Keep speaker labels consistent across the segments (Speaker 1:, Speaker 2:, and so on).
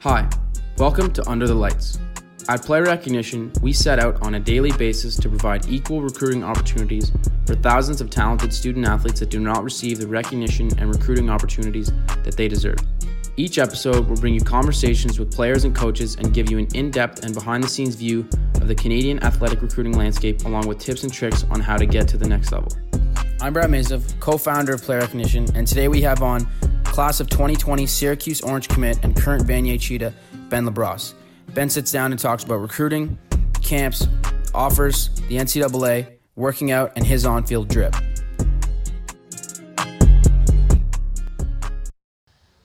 Speaker 1: Hi, welcome to Under the Lights. At Player Recognition, we set out on a daily basis to provide equal recruiting opportunities for thousands of talented student athletes that do not receive the recognition and recruiting opportunities that they deserve. Each episode will bring you conversations with players and coaches and give you an in depth and behind the scenes view of the Canadian athletic recruiting landscape, along with tips and tricks on how to get to the next level. I'm Brad Mazov, co founder of Player Recognition, and today we have on class of 2020 Syracuse Orange commit and current Vanier Cheetah, Ben LaBrosse. Ben sits down and talks about recruiting, camps, offers, the NCAA, working out, and his on field drip.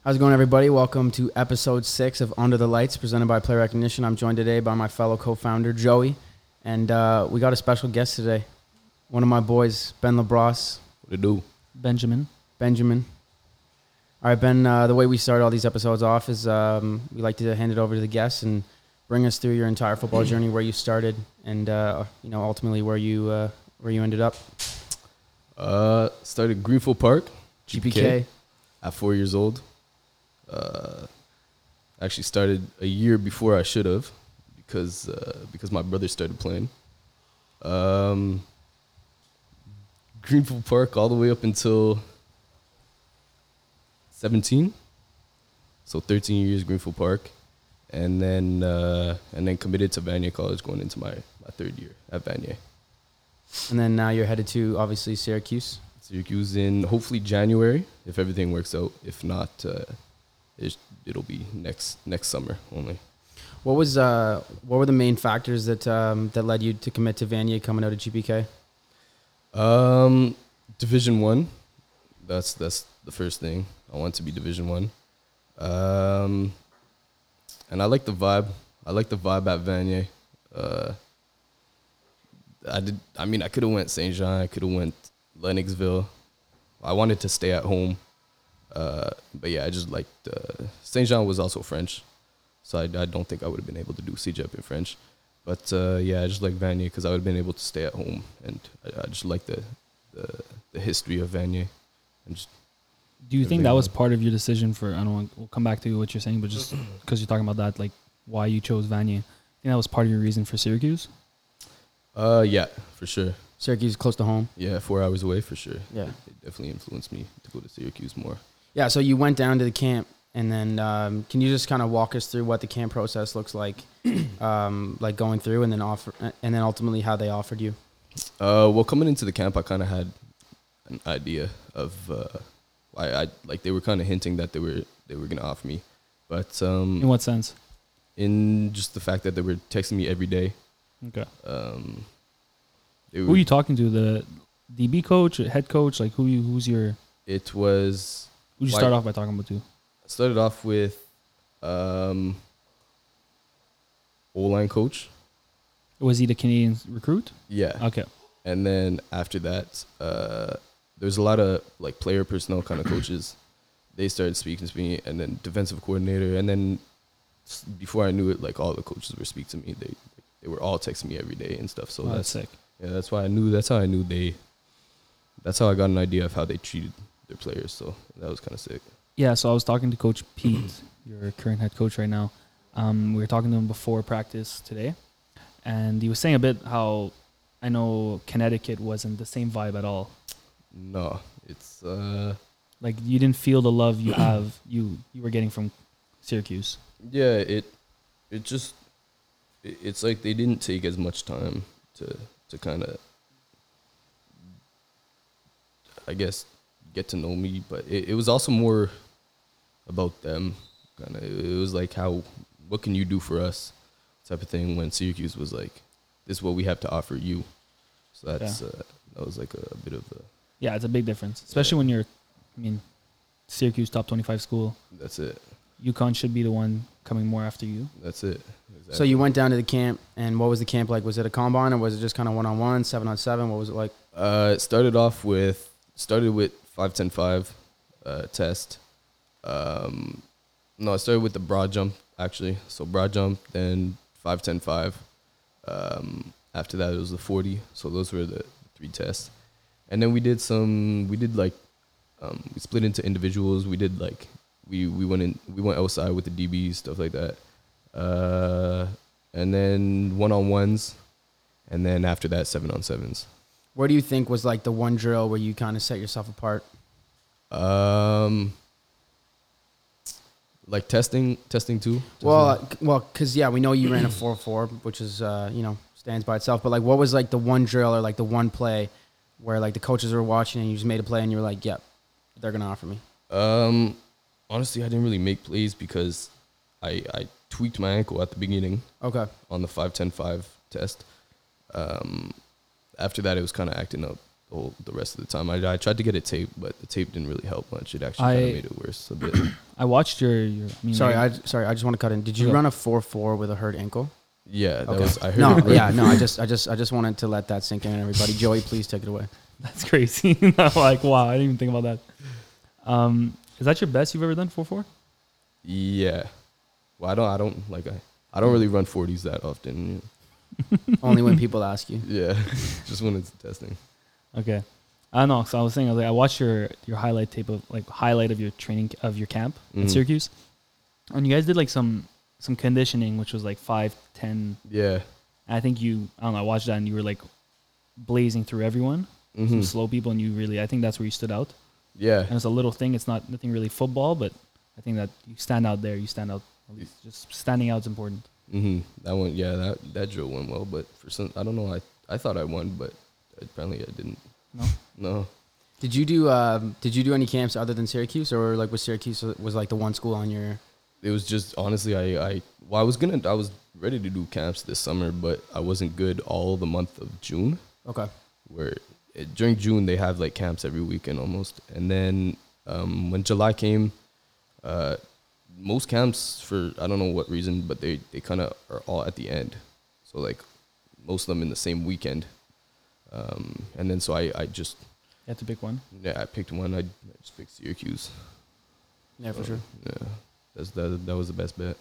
Speaker 1: How's it going, everybody? Welcome to episode six of Under the Lights, presented by Play Recognition. I'm joined today by my fellow co founder, Joey, and uh, we got a special guest today. One of my boys, Ben LaBrosse,
Speaker 2: What it do?
Speaker 3: Benjamin.
Speaker 1: Benjamin. All right, Ben, uh, the way we start all these episodes off is um, we like to hand it over to the guests and bring us through your entire football journey, where you started, and uh, you know ultimately where you uh, where you ended up.
Speaker 2: Uh, started Greenfield Park,
Speaker 1: GPK.
Speaker 2: at four years old. Uh, actually started a year before I should have, because uh, because my brother started playing. Um, Greenfield Park all the way up until seventeen, so thirteen years Greenfield Park, and then uh, and then committed to Vanier College going into my, my third year at Vanier.
Speaker 1: and then now you're headed to obviously Syracuse.
Speaker 2: Syracuse in hopefully January if everything works out. If not, uh, it's, it'll be next next summer only.
Speaker 1: What was uh, what were the main factors that um, that led you to commit to Vanier coming out of GPK?
Speaker 2: Um, Division One. That's that's the first thing I want to be Division One. Um, and I like the vibe. I like the vibe at Vanier. Uh, I did. I mean, I could have went Saint Jean. I could have went Lennoxville. I wanted to stay at home. Uh, but yeah, I just liked uh, Saint Jean was also French, so I, I don't think I would have been able to do CJEP in French. But uh, yeah, I just like Vanier because I would have been able to stay at home, and I, I just like the, the the history of Vanier, and just
Speaker 3: Do you think
Speaker 2: Everything
Speaker 3: that was
Speaker 2: good.
Speaker 3: part of your decision for? I don't want. We'll come back to what you're saying, but just because you're talking about that, like why you chose Vanier, I think that was part of your reason for Syracuse.
Speaker 2: uh yeah for sure
Speaker 1: Syracuse is close to home.
Speaker 2: yeah four hours away for sure
Speaker 1: Yeah,
Speaker 2: it definitely influenced me to go to Syracuse more.
Speaker 1: yeah. So you went down to the camp, and then um, can you just kind of walk us through what the camp process looks like, um, like going through, and then offer, and then ultimately how they offered you?
Speaker 2: Uh, well, coming into the camp, I kind of had an idea of uh, I, I like they were kind of hinting that they were they were gonna offer me, but um,
Speaker 3: In what sense?
Speaker 2: in just the fact that they were texting me every day.
Speaker 3: Okay.
Speaker 2: Um, they
Speaker 3: Who are you talking to? The DB coach, or head coach, like who you? Who's your?
Speaker 2: it was
Speaker 3: Who you
Speaker 2: Like-
Speaker 3: start off by talking about to?
Speaker 2: started off with um, O line coach,
Speaker 3: Was he the Canadian recruit?
Speaker 2: yeah,
Speaker 3: Okay.
Speaker 2: and then after that, uh, there's a lot of like player personnel kind of coaches. They started speaking to me, and then defensive coordinator, and then s- before I knew it, like all the coaches were speaking to me. They they were all texting me every day and stuff. So
Speaker 3: Oh, that's
Speaker 2: that's
Speaker 3: sick.
Speaker 2: yeah, that's why I knew. That's how I knew they. That's how I got an idea of how they treated their players. So that was kind of sick.
Speaker 3: Yeah, so I was talking to Coach Pete, your current head coach right now. Um, we were talking to him before practice today, and he was saying a bit how I know Connecticut wasn't the same vibe at all.
Speaker 2: No, it's uh,
Speaker 3: Like you didn't feel the love you have you you were getting from Syracuse.
Speaker 2: yeah, it it just it, it's like they didn't take as much time to to kind of I guess get to know me, but it, it was also more about them. Kind of, it was like how what can you do for us type of thing. When Syracuse was like, this is what we have to offer you. So that's uh, that was like a, bit of a
Speaker 3: Yeah, it's a big difference, especially
Speaker 2: Yeah.
Speaker 3: when you're, I mean, Syracuse top twenty five school.
Speaker 2: that's it
Speaker 3: UConn should be the one coming more after you.
Speaker 2: that's it.
Speaker 1: So you went down to the camp, and what was the camp like? Was it a combine, or was it just kind of one on one, seven on seven? What was it like?
Speaker 2: Uh, it started off with started with five ten five uh, test. Um, no, I started with the broad jump actually. So broad jump, then five ten five. Um, after that, it was the forty. So those were the three tests, and then we did some. We did like um, we split into individuals. We did like we we went in we went outside with the DBs stuff like that, uh, and then one on ones, and then after that seven on sevens.
Speaker 1: Where do you think was like the one drill where you kind of set yourself apart?
Speaker 2: Um, like testing testing too.
Speaker 1: Well, uh, c- well, because yeah, we know you ran a four four, which is uh, you know stands by itself. But like, what was like the one drill or like the one play where like the coaches were watching and you just made a play and you were like, "Yep, they're gonna offer me."
Speaker 2: Um, honestly, I didn't really make plays because I I tweaked my ankle at the beginning
Speaker 1: Okay,
Speaker 2: on the five ten five test. Um, after that, it was kind of acting up the, whole, the rest of the time. I, I tried to get it taped, but the tape didn't really help much. It actually kind
Speaker 3: I-
Speaker 2: of made it worse a bit.
Speaker 3: I watched your. your I mean,
Speaker 1: sorry,
Speaker 3: I,
Speaker 1: I sorry, I just want to cut in. Did you
Speaker 2: Mm-hmm. Okay.
Speaker 1: run a four four with a hurt ankle?
Speaker 2: yeah, that
Speaker 1: Okay.
Speaker 2: was. I heard
Speaker 1: no,
Speaker 2: it right
Speaker 1: yeah, no.
Speaker 2: before.
Speaker 1: I just, I just, I just wanted to let that sink in. Everybody, Joey, please take it away.
Speaker 3: that's crazy. I'm like, wow, I didn't even think about that. Um, is that your best you've ever done? Four four.
Speaker 2: Yeah. Well, I don't. I don't like. I. I don't really run forties that often.
Speaker 1: Only when people ask you.
Speaker 2: Yeah, just when it's testing.
Speaker 3: Okay. I know. So I was saying, I was like, I watched your your highlight tape of like highlight of your training of your camp in
Speaker 2: Mhm.
Speaker 3: at Syracuse, and you guys did like some some conditioning, which was like five ten.
Speaker 2: Yeah.
Speaker 3: I think you, I don't know, I watched that and you were like blazing through everyone,
Speaker 2: hmm
Speaker 3: some slow people, and you really, I think that's where you stood out.
Speaker 2: Yeah.
Speaker 3: And it's a little thing. It's not nothing really football, but I think that you stand out there. You stand out. At least just standing out is important.
Speaker 2: hmm That one, yeah, that that drill went well, but for some, I don't know. I I thought I won, but apparently I didn't.
Speaker 3: No.
Speaker 2: No.
Speaker 1: Did you do, um, did you do any camps other than Syracuse, or like was Syracuse was like the one school on your?
Speaker 2: It was just honestly, I I well, I was gonna, I was ready to do camps this summer, but I wasn't good all the month of June.
Speaker 1: Okay,
Speaker 2: Where it, during June they have like camps every weekend almost, and then um, when July came, uh, most camps for I don't know what reason, but they they kind of are all at the end, so like most of them in the same weekend, um, and then so I I just
Speaker 3: You had to pick one.
Speaker 2: Yeah, I picked one. I, I just picked Syracuse.
Speaker 1: yeah, for
Speaker 2: So,
Speaker 1: sure.
Speaker 2: Yeah, that's that. That was the best bet.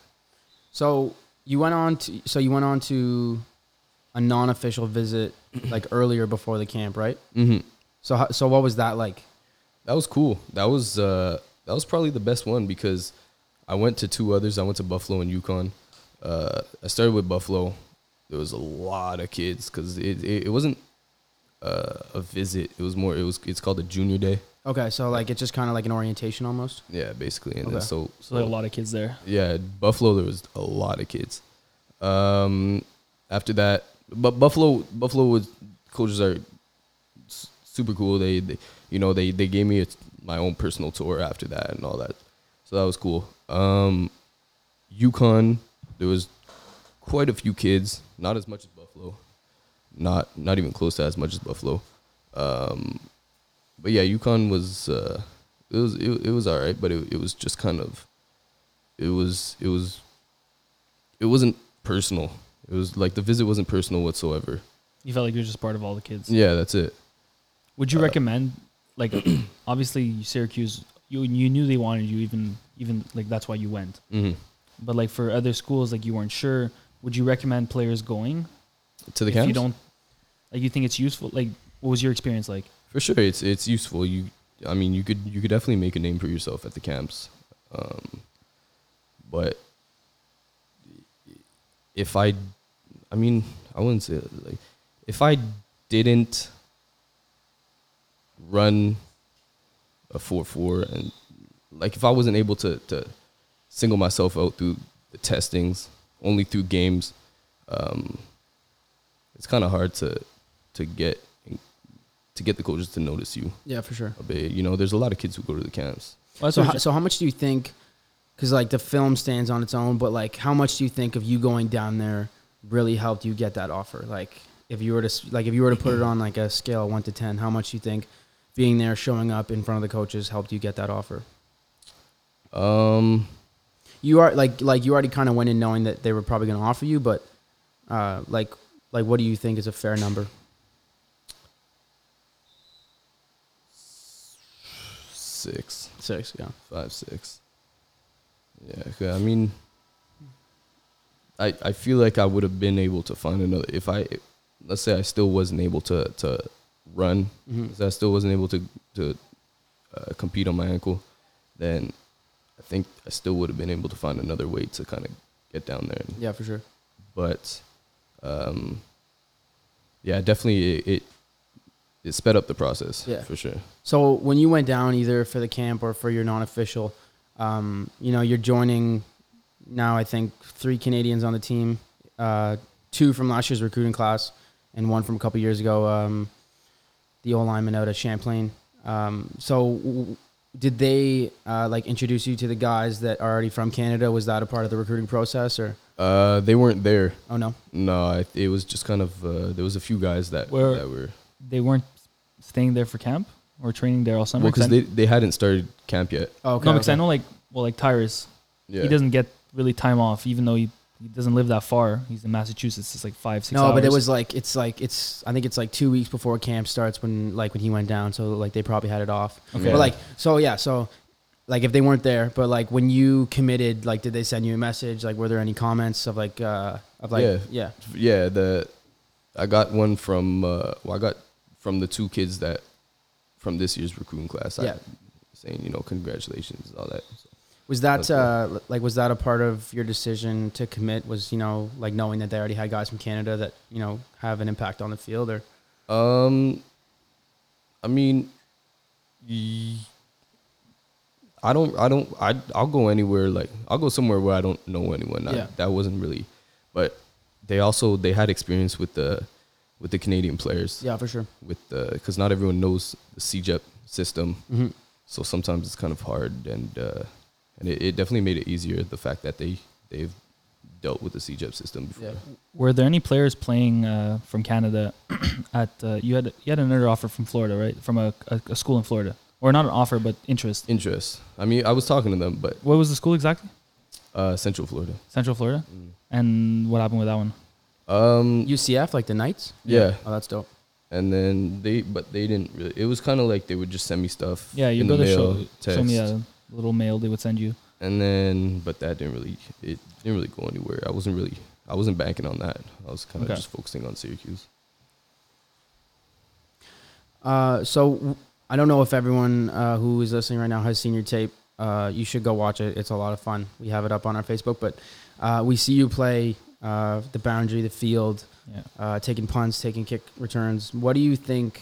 Speaker 1: So you went on to so you went on to a non-official visit like earlier before the camp, right?
Speaker 2: Mm-hmm.
Speaker 1: So how, so what was that like?
Speaker 2: That was cool. That was uh, that was probably the best one because I went to two others. I went to Buffalo and Yukon. Uh, I started with Buffalo. There was a lot of kids because it, it it wasn't uh, a visit. It was more. It was. It's called a junior day.
Speaker 1: Okay, so like it's just kind of like an orientation almost.
Speaker 2: Yeah, basically. And then
Speaker 1: Okay.
Speaker 2: so
Speaker 3: So there were a lot of kids there.
Speaker 2: yeah, Buffalo there was a lot of kids. Um, after that, but Buffalo Buffalo was coaches are s- super cool. They, they you know they they gave me a, my own personal tour after that and all that, so that was cool. Um, UConn there was quite a few kids, not as much as Buffalo, not not even close to as much as Buffalo. Um, but yeah, UConn was uh, it was it, it was all right, but it, it was just kind of it was it was it wasn't personal. It was like the visit wasn't personal whatsoever.
Speaker 3: You felt like you were just part of all the kids.
Speaker 2: Yeah, that's it.
Speaker 3: Would you
Speaker 2: Uh,
Speaker 3: recommend like obviously Syracuse you you knew they wanted you even even like that's why you went.
Speaker 2: hmm
Speaker 3: But like for other schools like you weren't sure, would you recommend players going
Speaker 2: To the
Speaker 3: if you
Speaker 2: camps,
Speaker 3: don't like you think it's useful like what was your experience like?
Speaker 2: for sure, it's it's useful. You, I mean, you could you could definitely make a name for yourself at the camps, um, but if I, I mean, I wouldn't say like if I didn't run a four four and like if I wasn't able to to single myself out through the testings only through games, um, it's kind of hard to to get to get the coaches to notice you
Speaker 1: Yeah, for sure.
Speaker 2: a bit. You know, there's a lot of kids who go to the camps.
Speaker 3: Well, that's
Speaker 1: So
Speaker 3: what
Speaker 1: how, so how much do you think cuz like the film stands on its own, but like how much do you think of you going down there really helped you get that offer? Like if you were to s- like if you were to put it on like a scale of 1 to 10, how much do you think being there, showing up in front of the coaches helped you get that offer?
Speaker 2: Um,
Speaker 1: you are like like you already kind of went in knowing that they were probably going to offer you, but uh, like like what do you think is a fair number?
Speaker 2: six,
Speaker 1: Six, yeah.
Speaker 2: five, six. Yeah, 'cause I mean, I I feel like I would have been able to find another if I, let's say I still wasn't able to to run,
Speaker 1: hmm
Speaker 2: 'cause I still wasn't able to to uh, compete on my ankle, then I think I still would have been able to find another way to kind of get down there. And,
Speaker 1: Yeah, for sure.
Speaker 2: But um, yeah, definitely it, it it sped up the process.
Speaker 1: Yeah.
Speaker 2: for sure.
Speaker 1: So when you went down either for the camp or for your non-official, um, you know, you're joining now. I think three Canadians on the team, uh, two from last year's recruiting class, and one from a couple years ago. Um, the old lineman out of Champlain. Um, so w- did they uh, like introduce you to the guys that are already from Canada? Was that a part of the recruiting process or?
Speaker 2: Uh, they weren't there.
Speaker 1: Oh no.
Speaker 2: No, I, it was just kind of uh, there was a few guys that
Speaker 3: Where-
Speaker 2: that were
Speaker 3: They weren't staying there for camp or training there all summer.
Speaker 2: well because
Speaker 3: 'Cause I-
Speaker 2: they, they hadn't started camp yet.
Speaker 1: Oh,
Speaker 3: no, because I know like well like Tyrus,
Speaker 2: Yeah,
Speaker 3: he doesn't get really time off, even though he, he doesn't live that far. He's in Massachusetts. It's like five six.
Speaker 1: No, but it
Speaker 3: hours.
Speaker 1: was like it's like it's I think it's like two weeks before camp starts when like when he went down, so like they probably had it off.
Speaker 3: Okay.
Speaker 1: But like so yeah, so like if they weren't there, but like when you committed, like did they send you a message? Like were there any comments of like uh of like
Speaker 2: Yeah.
Speaker 1: yeah.
Speaker 2: yeah the i got one from uh well i got from the two kids that from this year's recruiting class I-
Speaker 1: Yeah.
Speaker 2: saying you know congratulations and all that So,
Speaker 1: Was that
Speaker 2: That's cool.
Speaker 1: uh like was that a part of your decision to commit was, you know, like knowing that they already had guys from Canada that, you know, have an impact on the field or
Speaker 2: um i mean y- i don't i don't I, i'll go anywhere like i'll go somewhere where i don't know anyone I-
Speaker 1: Yeah.
Speaker 2: that wasn't really but they also they had experience with the with the canadian players
Speaker 1: Yeah, for sure.
Speaker 2: with the because not everyone knows the cjep system
Speaker 1: Mm-hmm.
Speaker 2: so sometimes it's kind of hard and uh, and it, it definitely made it easier the fact that they they've dealt with the CJEP system before.
Speaker 1: Yeah.
Speaker 3: Were there any players playing uh, from Canada at uh, you had you had another offer from Florida, right? From a, a, a school in Florida, or not an offer, but interest.
Speaker 2: Interest. I mean, I was talking to them, but
Speaker 3: What was the school exactly?
Speaker 2: uh, Central Florida.
Speaker 3: Central Florida. And what happened with that one?
Speaker 2: Um,
Speaker 1: UCF like the Knights?
Speaker 2: yeah,
Speaker 1: Oh, that's dope.
Speaker 2: and then they but they didn't. really It was kind of like they would just send me stuff.
Speaker 3: Yeah, your
Speaker 2: in the
Speaker 3: brother
Speaker 2: mail,
Speaker 3: showed,
Speaker 2: text,
Speaker 3: showed me a little mail they would send you.
Speaker 2: and then but that didn't really it didn't really go anywhere. I wasn't really I wasn't banking on that. I was kind of
Speaker 3: Okay.
Speaker 2: just focusing on Syracuse.
Speaker 1: Uh, so w- I don't know if everyone uh, who is listening right now has seen your tape. Uh, you should go watch it. It's a lot of fun. We have it up on our Facebook, but uh, we see you play uh, the boundary, the field,
Speaker 3: Yeah.
Speaker 1: uh, taking punts, taking kick returns. What do you think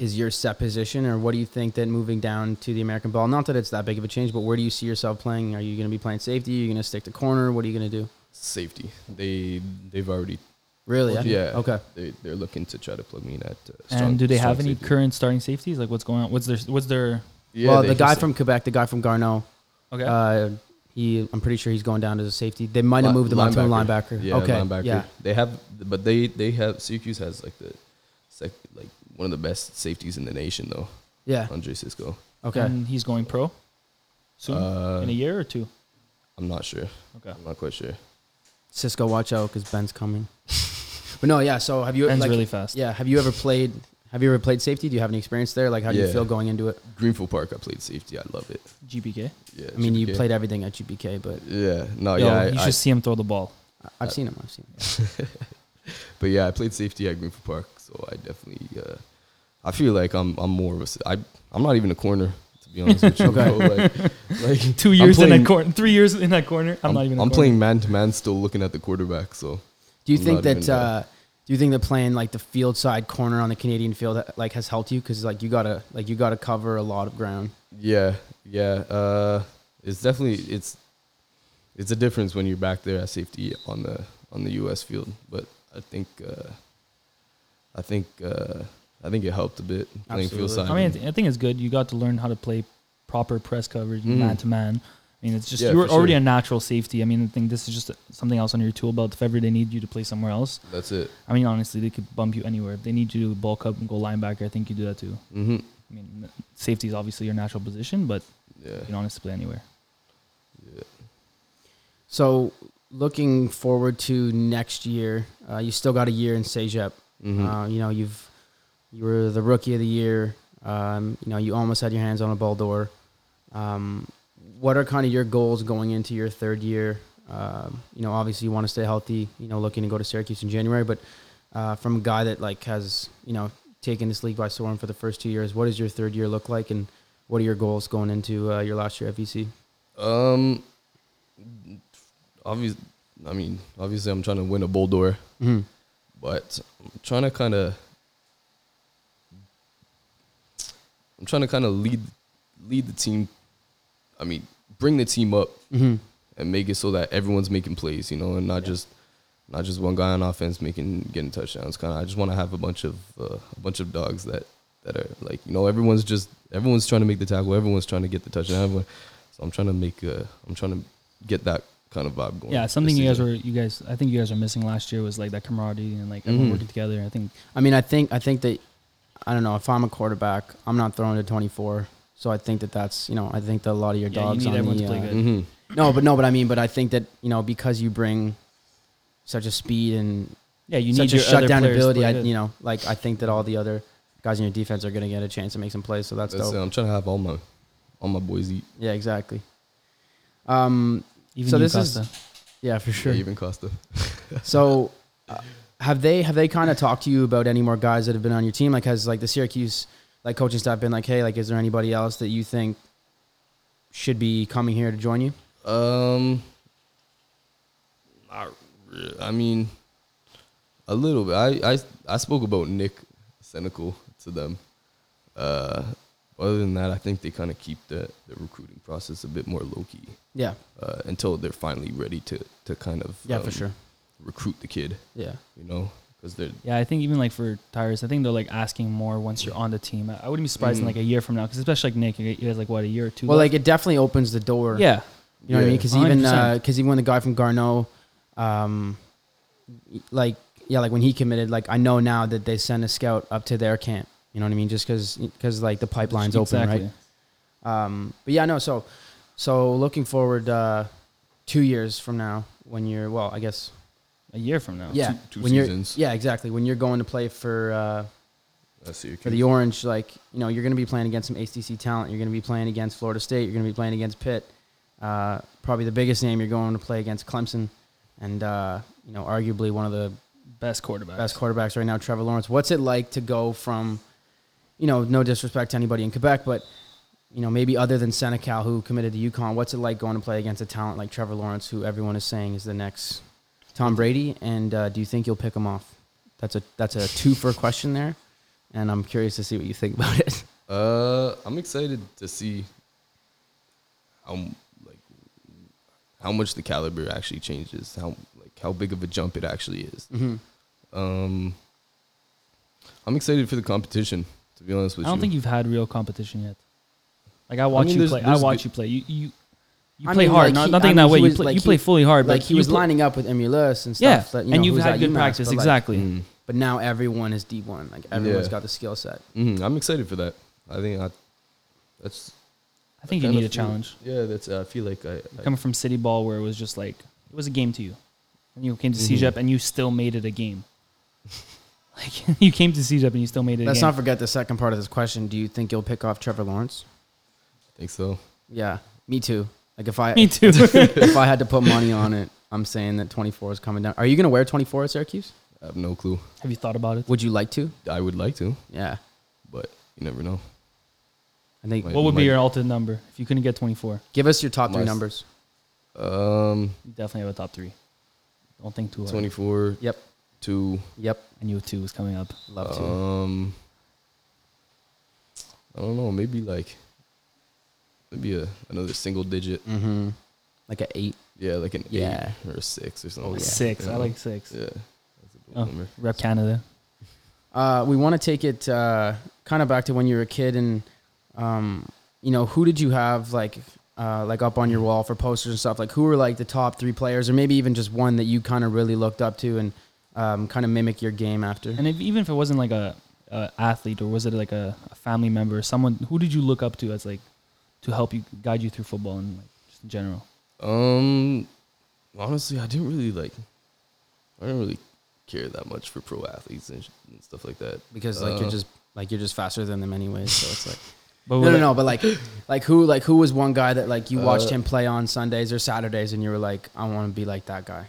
Speaker 1: is your set position, or what do you think that moving down to the American ball? Not that it's that big of a change, but where do you see yourself playing? Are you going to be playing safety? Are you going to stick to corner? What are you going to do?
Speaker 2: Safety. They they've already
Speaker 1: Really?
Speaker 2: Yeah.
Speaker 1: Okay.
Speaker 2: They they're looking to try to plug me in at. Uh,
Speaker 3: and do they
Speaker 2: strong
Speaker 3: have any
Speaker 2: safety.
Speaker 3: current starting safeties? Like what's going on? What's their what's their
Speaker 2: Yeah,
Speaker 1: well,
Speaker 2: they
Speaker 1: the
Speaker 2: can
Speaker 1: guy
Speaker 2: say-
Speaker 1: from Quebec, the guy from Garneau,
Speaker 3: okay?
Speaker 1: Uh, he, I'm pretty sure he's going down to the safety. They might have
Speaker 2: Li-
Speaker 1: moved him up to a linebacker.
Speaker 2: Yeah,
Speaker 1: okay.
Speaker 2: linebacker.
Speaker 1: Yeah.
Speaker 2: They have, but they they have Syracuse has like the, sec, like one of the best safeties in the nation though,
Speaker 1: Yeah.
Speaker 2: Andre Cisco.
Speaker 1: Okay.
Speaker 3: And he's going pro soon in a
Speaker 2: Uh,
Speaker 3: year or two.
Speaker 2: I'm not sure.
Speaker 3: Okay.
Speaker 2: I'm not quite sure.
Speaker 1: Cisco, watch out because Ben's coming. but no, yeah. So have you
Speaker 3: Ends
Speaker 1: like,
Speaker 3: really fast.
Speaker 1: yeah? Have you ever played? Have you ever played safety? Do you have any experience there? Like, how do you
Speaker 2: Yeah.
Speaker 1: feel going into it?
Speaker 2: Greenfield Park, I played safety. I love it.
Speaker 3: GPK.
Speaker 2: Yeah.
Speaker 1: I mean, you
Speaker 2: GPK.
Speaker 1: played everything at GPK, but
Speaker 2: Yeah. No.
Speaker 3: Yo,
Speaker 2: Oh, yeah. I,
Speaker 3: you
Speaker 2: I-
Speaker 3: should see him throw the ball.
Speaker 1: I-
Speaker 2: Uh,
Speaker 1: I've seen him. I've seen him.
Speaker 2: but yeah, I played safety at Greenfield Park, so I definitely. Uh, I feel like I'm I'm more of a. s- I I'm not even a corner to be honest with you.
Speaker 1: Okay.
Speaker 2: bro. Like, like
Speaker 3: Two
Speaker 2: I'm
Speaker 3: years in
Speaker 2: playing-
Speaker 3: that corner. Three years in that corner. I'm, not even. a
Speaker 2: I'm
Speaker 3: corner.
Speaker 2: playing man to man, still looking at the quarterback. So
Speaker 1: Do you
Speaker 2: I'm
Speaker 1: think
Speaker 2: not
Speaker 1: that?
Speaker 2: even, uh,
Speaker 1: Uh, do you think that playing like the field side corner on the Canadian field like has helped you? Because like you gotta like you gotta cover a lot of ground.
Speaker 2: yeah, yeah. Uh, it's definitely it's it's a difference when you're back there at safety on the on the U.S. field. But I think uh, I think uh, I think it helped a bit playing field
Speaker 1: Absolutely.
Speaker 2: side.
Speaker 3: I mean, I, th- I think it's good. You got to learn how to play proper press coverage,
Speaker 2: Mhm.
Speaker 3: man to man. I mean, it's just
Speaker 2: Yeah,
Speaker 3: you were
Speaker 2: for
Speaker 3: already
Speaker 2: sure.
Speaker 3: a natural safety. I mean, I think this is just something else on your tool belt. If ever they need you to play somewhere else,
Speaker 2: that's it.
Speaker 3: I mean, honestly, they could bump you anywhere. If they need you to bulk up and go linebacker, I think you do that too.
Speaker 2: Mm-hmm.
Speaker 3: I mean, safety is obviously your natural position, but
Speaker 2: Yeah.
Speaker 3: you can honestly play anywhere.
Speaker 2: yeah.
Speaker 1: So looking forward to next year, uh, you still got a year in Sejep.
Speaker 2: Mhm.
Speaker 1: Uh, you know, you've you were the rookie of the year. Um, you know, you almost had your hands on a ball door. Um, what are kind of your goals going into your third year? Um, you know, obviously you want to stay healthy. You know, looking to go to Syracuse in January, but uh, from a guy that like has you know taken this league by storm for the first two years, what does your third year look like, and what are your goals going into uh, your last year at VC?
Speaker 2: Um, obvious. I mean, obviously, I'm trying to win a bowl door,
Speaker 1: Mhm.
Speaker 2: but I'm trying to kind of. I'm trying to kind of lead, lead the team. I mean, bring the team up
Speaker 1: Mm-hmm.
Speaker 2: and make it so that everyone's making plays, you know, and not just not just one guy on offense making getting touchdowns. Kind of, I just want to have a bunch of uh, a bunch of dogs that that are like, you know, everyone's just everyone's trying to make the tackle, everyone's trying to get the touchdown. Everyone, so I'm trying to make a, I'm trying to get that kind of vibe going.
Speaker 3: Yeah,
Speaker 2: this
Speaker 3: something you guys
Speaker 2: season.
Speaker 3: were, you guys, I think you guys were missing last year was like that camaraderie and like
Speaker 2: Mhm.
Speaker 3: everyone Mm-hmm. working together. I think
Speaker 1: I mean, I think I think that I don't know if I'm a quarterback, I'm not throwing to 24. So I think that that's you know I think that a lot of your
Speaker 3: Yeah, you
Speaker 1: dogs
Speaker 3: need
Speaker 1: on
Speaker 3: everyone
Speaker 1: the
Speaker 3: to play
Speaker 1: uh,
Speaker 3: good.
Speaker 2: Mhm.
Speaker 1: no, but no, but I mean, but I think that you know because you bring such a speed and
Speaker 3: yeah, you
Speaker 1: such
Speaker 3: need your
Speaker 1: a shutdown
Speaker 3: other players to
Speaker 1: ability,
Speaker 3: play
Speaker 1: I,
Speaker 3: good.
Speaker 1: you know, like I think that all the other guys in your defense are going to get a chance to make some plays. So that's,
Speaker 2: That's
Speaker 1: dope.
Speaker 2: it. I'm trying to have all my all my boys eat.
Speaker 1: Yeah, exactly. Um,
Speaker 3: Even
Speaker 1: so
Speaker 3: you,
Speaker 1: this is-
Speaker 3: Costa.
Speaker 1: yeah, for sure.
Speaker 2: Yeah, even Costa.
Speaker 1: So, uh, have they have they kind of talked to you about any more guys that have been on your team? Like, has like the Syracuse like coaching staff been like, hey, like, is there anybody else that you think should be coming here to join you?
Speaker 2: Um, not re- I mean, a little bit. I, I I spoke about Nick Senecal to them. Uh, other than that, I think they kind of keep the, the recruiting process a bit more low key
Speaker 1: Yeah,
Speaker 2: uh, until they're finally ready to to kind of
Speaker 1: yeah, for
Speaker 2: um,
Speaker 1: sure.
Speaker 2: recruit the kid.
Speaker 1: Yeah,
Speaker 2: You know, because they're
Speaker 3: Yeah, I think even like for tires, I think they're like asking more once you're on the team. I I wouldn't be surprised in Mm-hmm.
Speaker 2: Mhm.
Speaker 3: like a year from now, because especially like Nick, you guys like what a year or two.
Speaker 1: well,
Speaker 3: left?
Speaker 1: like it definitely opens the door.
Speaker 3: yeah,
Speaker 1: you know what I mean.
Speaker 2: Yeah.
Speaker 1: Because even
Speaker 3: 100%.
Speaker 1: because even when the guy from Garneau, um, like yeah, like when he committed, like I know now that they send a scout up to their camp. You know what I mean? Just because because like the pipeline's open, right?
Speaker 3: Exactly.
Speaker 1: Um, but yeah, no. So, so looking forward uh, two years from now, when you're well, I guess
Speaker 3: A year from now.
Speaker 1: yeah,
Speaker 2: Oh, two
Speaker 1: when you're-
Speaker 2: seasons.
Speaker 1: yeah, exactly. When you're going to play for uh,
Speaker 2: uh, Syracuse.
Speaker 1: for the Orange, like you know, you're going to be playing against some ACC talent. You're going to be playing against Florida State. You're going to be playing against Pitt. Uh, probably the biggest name you're going to play against Clemson, and uh, you know, arguably one of the
Speaker 3: best quarterback.
Speaker 1: best quarterbacks right now, Trevor Lawrence. What's it like to go from, you know, no disrespect to anybody in Quebec, but you know, maybe other than Senecal who committed to UConn, what's it like going to play against a talent like Trevor Lawrence, who everyone is saying is the next Tom Brady? And uh, do you think you'll pick him off? That's a that's a two for question there, and I'm curious to see what you think about it.
Speaker 2: Uh, I'm excited to see how m- like how much the caliber actually changes, how like how big of a jump it actually is.
Speaker 1: Mm-hmm.
Speaker 2: Um, I'm excited for the competition. To be honest
Speaker 3: I
Speaker 2: with you,
Speaker 3: don't think you've had real competition yet. Like I watch
Speaker 2: mean,
Speaker 3: you
Speaker 2: there's-
Speaker 3: play. I
Speaker 2: there's
Speaker 3: watch
Speaker 2: good-
Speaker 3: you play. You you, you
Speaker 1: I
Speaker 3: play
Speaker 1: mean,
Speaker 3: hard.
Speaker 1: like,
Speaker 3: not,
Speaker 1: he-
Speaker 3: nothing
Speaker 1: I mean,
Speaker 3: that
Speaker 1: he
Speaker 3: way.
Speaker 1: was-
Speaker 3: you play,
Speaker 1: like,
Speaker 3: you
Speaker 1: he-
Speaker 3: play fully hard,
Speaker 1: Like
Speaker 3: but
Speaker 1: he
Speaker 3: you
Speaker 1: was
Speaker 3: play-
Speaker 1: lining up with Emulis and stuff.
Speaker 3: Yeah,
Speaker 1: that, you know,
Speaker 3: and you've
Speaker 1: who's
Speaker 3: had
Speaker 1: at
Speaker 3: good
Speaker 1: UMass,
Speaker 3: practice.
Speaker 1: but, like,
Speaker 3: Exactly.
Speaker 2: Mm,
Speaker 1: but now everyone is D one. Like everyone's
Speaker 2: Yeah.
Speaker 1: got the skill set.
Speaker 2: mm, I'm excited for that. I think I, that's.
Speaker 3: I think you
Speaker 2: kind
Speaker 3: need
Speaker 2: of
Speaker 3: a
Speaker 2: feel-
Speaker 3: challenge.
Speaker 2: Yeah, that's. I feel like I. I
Speaker 3: Coming from City Ball, where it was just like it was a game to you, and you came to
Speaker 2: Mhm.
Speaker 3: CJEP and you still made it a game. like you came to CJEP and you still made it.
Speaker 1: Let's
Speaker 3: a game.
Speaker 1: not forget the second part of this question. Do you think you'll pick off Trevor Lawrence?
Speaker 2: think so.
Speaker 1: Yeah, me too. Like if I
Speaker 3: Me too.
Speaker 1: if I had to put money on it, I'm saying that 24 is coming down. Are you gonna wear 24 at Syracuse?
Speaker 2: I have no clue.
Speaker 3: Have you thought about it?
Speaker 1: Would you like to?
Speaker 2: I would like to,
Speaker 1: Yeah,
Speaker 2: but you never know.
Speaker 1: I think.
Speaker 2: Wait.
Speaker 3: What would be
Speaker 2: might-
Speaker 3: your alternate number if you couldn't get 24?
Speaker 1: Give us your top three
Speaker 2: Must-
Speaker 1: numbers.
Speaker 2: Um,
Speaker 3: You definitely have a top three. Don't think too hard.
Speaker 2: 24.
Speaker 1: Yep.
Speaker 2: Two.
Speaker 1: Yep,
Speaker 3: I knew two was coming up.
Speaker 1: love to.
Speaker 2: um, I don't know. Maybe like maybe a another single digit.
Speaker 1: Mm-hmm. Like a eight.
Speaker 2: Yeah, like an
Speaker 1: Yeah. Oh,
Speaker 2: eight or a six or something.
Speaker 1: yeah.
Speaker 3: Six.
Speaker 2: Yeah.
Speaker 3: I like six.
Speaker 2: Yeah, that's a dope
Speaker 3: Oh.
Speaker 2: number.
Speaker 3: Rep Canada.
Speaker 1: Uh, we want to take it uh, kind of back to when you were a kid, and um, you know, who did you have like uh, like up on your wall for posters and stuff? Like, who were like the top three players, or maybe even just one that you kind of really looked up to and um, kind of mimic your game after?
Speaker 3: And if, even if it wasn't like a, a athlete or was it like a, a family member, someone who did you look up to as like to help you guide you through football and like just in general?
Speaker 2: Um, honestly, I didn't really like. I didn't really care that much for pro athletes and, sh- and stuff like that.
Speaker 1: because like you're
Speaker 2: Uh,
Speaker 1: just like you're just faster than them anyways. So it's like
Speaker 3: But
Speaker 1: no,
Speaker 3: would
Speaker 1: no,
Speaker 3: it-
Speaker 1: no. But like, like who, like who was one guy that like you watched
Speaker 2: Uh,
Speaker 1: him play on Sundays or Saturdays, and you were like, I want to be like that guy.